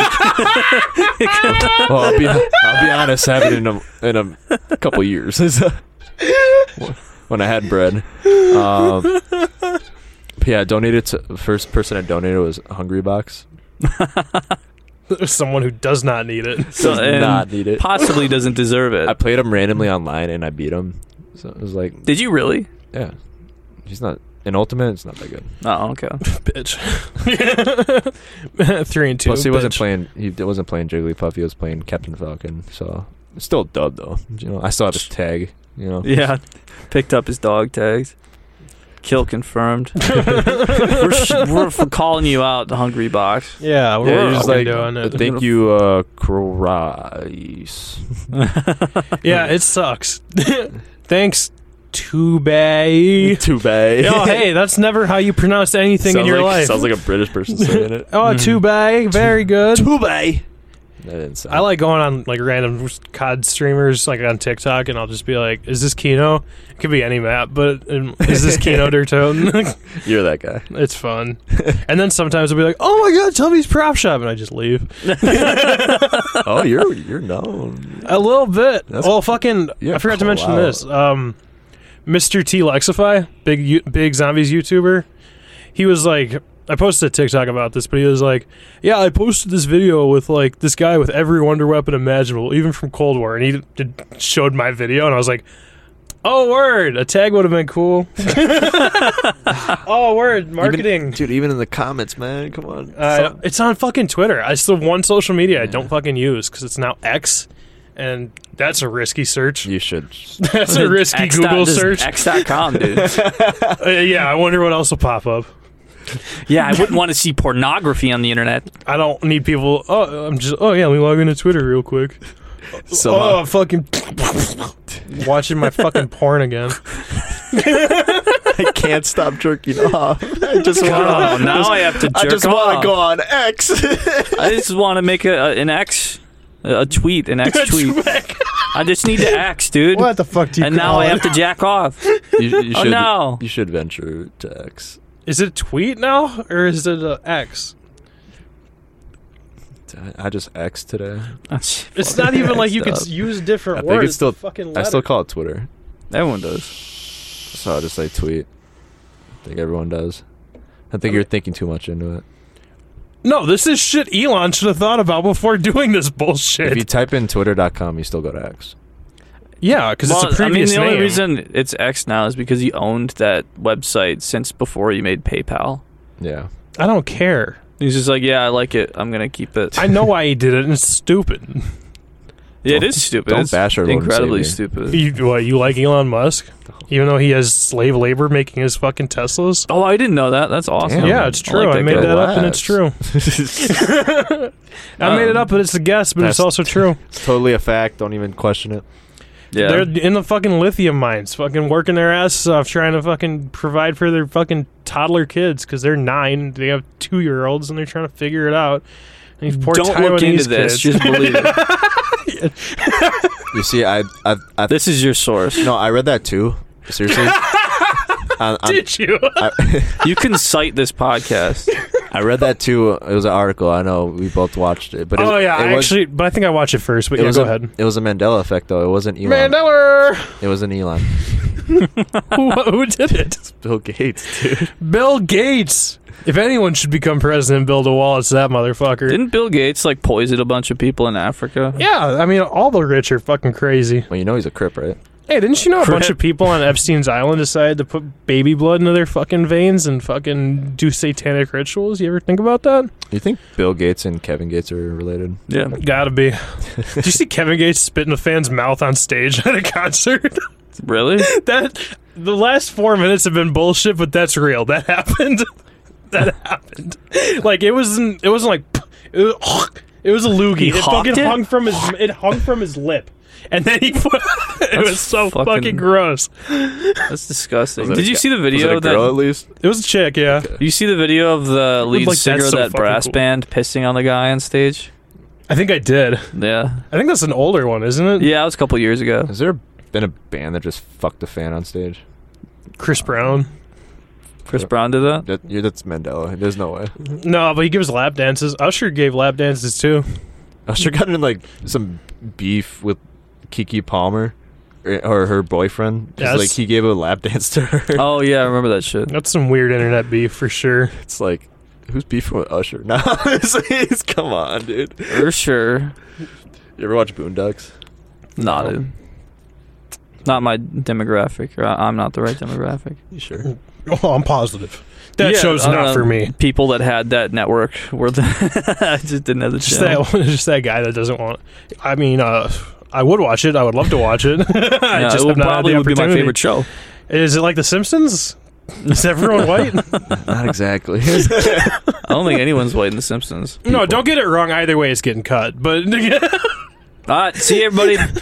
S2: Well, I'll be, I'll be honest, I haven't in a, in a couple years. *laughs* when I had bread. Um, but yeah, I donated to first person I donated was Hungry Box.
S3: Someone who does not
S2: *laughs*
S3: need it.
S1: So,
S2: Does
S1: and
S2: not need it.
S1: possibly doesn't deserve
S2: I
S1: it.
S2: played him randomly online and I beat him. So it was like,
S1: Did you really?
S2: yeah, he's not an ultimate. It's not that good.
S1: Oh, okay.
S3: Bitch. *laughs* Three and two.
S2: Plus, he wasn't
S3: bitch. *laughs*
S2: playing. He wasn't playing Jigglypuff. He was playing Captain Falcon. So it's still a dub though. You know, I still have his tag. You know,
S1: *laughs* Yeah. Picked up his dog tags. Kill confirmed. we're, sh- we're f- calling you out, the Hungry Box.
S2: *laughs*
S3: Yeah, we're
S2: Yeah,
S3: yeah,
S2: you're just
S3: like,
S2: like,
S3: doing
S2: uh,
S3: it.
S2: thank you, uh,
S3: *laughs*
S2: Christ.
S3: yeah, it sucks. *laughs* Thanks,
S2: *laughs*
S3: Tubay.
S2: Too bad.
S3: oh, *laughs* hey, that's never how you pronounce anything in
S2: Sounds
S3: your
S2: like-
S3: life.
S2: Sounds like Mm-hmm. a British person saying it.
S3: *laughs*
S2: *laughs*
S3: oh, Tubay, very good.
S2: Tubay. That didn't sound.
S3: I like going on like random COD streamers like on TikTok, and I'll just be like, "Is this Kino? It could be any map, but um, is this
S2: *laughs*
S3: Kino *laughs* Dertone?"
S2: You're that guy.
S3: It's fun. and then sometimes I'll be like, oh my god, Tubby's prop shop. And I just leave.
S2: oh, you're you're known.
S3: A little bit.
S2: That's-
S3: well, fucking,
S2: Yeah,
S3: I forgot to
S2: call
S3: mention
S2: out.
S3: this. Um, Mr. T Lexify, big, you- big zombies YouTuber, he was like, I posted a TikTok about this, but he was like, yeah, I posted this video with like this guy with every wonder weapon imaginable, even from Cold War. And he did, showed my video, and I was like, Oh word, a tag would have been cool. *laughs* oh word, marketing.
S2: dude. Even in the comments, man. Come on.
S3: Uh, it's on fucking Twitter. It's the one social media I don't fucking use because it's now X, and that's a risky search.
S2: you should.
S3: *laughs*
S1: *laughs*
S3: That's a risky
S1: X dot-
S3: Google
S1: just
S3: search.
S1: X.com, dude.
S3: Uh, yeah, I wonder what else will pop up.
S1: yeah, I wouldn't want to see pornography on the internet.
S3: I don't need people. Oh, I'm just. Oh yeah, let me log into Twitter real quick.
S2: So
S3: oh, fucking watching my fucking porn again.
S2: I can't stop jerking off. I just
S1: Oh,
S2: want to.
S1: now I have to jerk
S2: I just want
S1: off.
S2: to go on X.
S1: I just want to make a, a- an X, a tweet, an X tweet. I just need to X, dude.
S3: what the fuck do you?
S1: And now
S3: call
S1: I
S3: it?
S1: have to jack off.
S2: you,
S3: *laughs*
S2: you
S1: Oh, no.
S2: You should venture to X.
S3: Is it tweet now or is it a X?
S2: I just X today.
S1: Oh,
S3: It's not even like you could
S1: X'd up.
S3: use different
S2: I
S3: words.
S2: think it's still.
S3: fucking
S2: I
S3: letter.
S2: still call it Twitter.
S1: Everyone does.
S2: So I just say tweet. I think everyone does. I think you're thinking too much into it.
S3: no, this is shit Elon should have thought about before doing this bullshit.
S2: If you type in twitter.com, you still go to X.
S3: yeah, because
S1: Well,
S3: it's a previous
S1: I mean, the
S3: name.
S1: only reason it's X now is because he owned that website since before he made PayPal.
S2: Yeah.
S3: I don't care.
S1: He's just like, yeah, I like it. I'm gonna keep it.
S3: *laughs* I know why he did it, and it's stupid.
S1: Yeah, it is stupid.
S2: don't
S1: It's
S2: bash our Lord and
S1: incredibly
S2: Savior.
S1: stupid.
S3: *laughs* You, what, you like Elon Musk, even though he has slave labor making his fucking Teslas?
S1: Oh, I didn't know that. That's awesome.
S2: Damn.
S3: yeah, it's
S1: I
S3: true. I,
S1: like that
S3: made
S1: guy.
S3: that up, and
S2: *laughs*
S3: it's true.
S2: it's
S3: I made it
S1: Um,
S3: up, but it's a guess, but it's
S2: That's-
S3: also true.
S2: totally a fact. Don't even question it.
S1: *laughs* Yeah.
S3: They're in the fucking lithium mines, fucking working their asses off, trying to fucking provide for their fucking toddler kids because they're nine. They have two year olds and they're trying to figure it out. And these poor
S1: Don't look
S3: Taiwanese
S1: into this.
S3: kids.
S1: Just believe it.
S2: You see, I, I, I,
S1: This is your source.
S2: no, I read that too.
S3: *laughs*
S2: Seriously. On- on-
S3: *laughs* Did you?
S2: I,
S1: You can cite this podcast.
S3: *laughs*
S2: I read that too. It was an article. I know we both watched it, but it,
S3: oh yeah,
S2: it
S3: I
S2: was-
S3: actually, but I think I watched it first. But
S2: it
S3: yeah,
S2: was
S3: go
S2: a,
S3: ahead.
S2: It was a Mandela effect, though. It wasn't Elon.
S3: Mandela,
S2: It was an Elon.
S3: *laughs* who, who did it?
S2: Bill Gates, dude.
S3: Bill Gates. If anyone should become president and build a wall, it's that motherfucker.
S1: Didn't Bill Gates like poison a bunch of people in Africa?
S3: yeah, I mean, all the rich are fucking crazy.
S2: Well, you know he's a crip, right?
S3: Hey, didn't you know a
S1: Crap.
S3: bunch of people *laughs* on Epstein's Island decided to put baby blood into their fucking veins and fucking do satanic rituals? You ever think about that?
S2: You think Bill Gates and Kevin Gates are related?
S1: Yeah.
S3: Gotta *laughs* be. Did you see Kevin Gates spit in a fan's mouth on stage *laughs* at a concert?
S1: Really?
S3: that the last four minutes have been bullshit, but that's real. That *laughs* happened. that happened. Like it wasn't. It wasn't like. It was, it was a loogie.
S1: He
S3: it fucking
S1: hawked it?
S3: hung from his. It hung from his lip. And then he *laughs* put, it was so
S1: fucking-
S3: fucking gross.
S1: That's disgusting.
S2: Was it
S1: Did
S2: a
S1: you
S2: guy-
S1: see the
S2: Was it
S1: video
S2: a girl at
S1: that
S2: least?
S3: It was a chick, yeah.
S1: you see the video of the lead
S3: like, that's
S1: singer of
S3: so
S1: that
S3: fucking
S1: brass
S3: cool.
S1: band pissing on the guy on stage?
S3: I think I did.
S1: Yeah.
S3: I think that's an older one, isn't it?
S1: Yeah, it was a couple years ago.
S2: Has there been a band that just fucked a fan on stage?
S3: Chris Brown.
S1: Chris Brown did that.
S2: That, you that's Mandela. There's no way.
S3: No, but he gives lap dances. Usher gave lap dances too.
S2: Usher got in like some beef with Kiki Palmer or, or her boyfriend. Just
S3: Yes.
S2: like he gave a lap *laughs* dance to her.
S1: Oh yeah, I remember that shit.
S3: That's some weird internet beef for sure.
S2: It's like who's beefing with Usher *laughs* now? It's- it's- come on, dude.
S1: For sure.
S2: You ever watch Boondocks?
S1: Not it. Not my demographic. Or I- I'm not the right demographic.
S2: You sure?
S3: Oh, I'm positive. That
S1: Yeah,
S3: show's
S1: I don't
S3: not
S1: know.
S3: for me.
S1: People that had that network were the *laughs* I just didn't have the
S3: Just
S1: channel.
S3: that *laughs* one, just that guy that doesn't want. I mean, uh, I would watch it. I would love to watch it. *laughs* I
S1: *laughs* Yeah,
S3: just
S1: it
S3: have
S1: would
S3: not had
S1: probably
S3: the
S1: would be my
S3: opportunity.
S1: favorite show.
S3: Is it like The Simpsons? Is
S1: *laughs*
S3: everyone white?
S2: Not exactly. *laughs*
S1: I don't think anyone's white in The Simpsons.
S3: no,
S2: People.
S3: don't get it wrong. Either way, it's getting cut. But *laughs*
S1: All right, see everybody.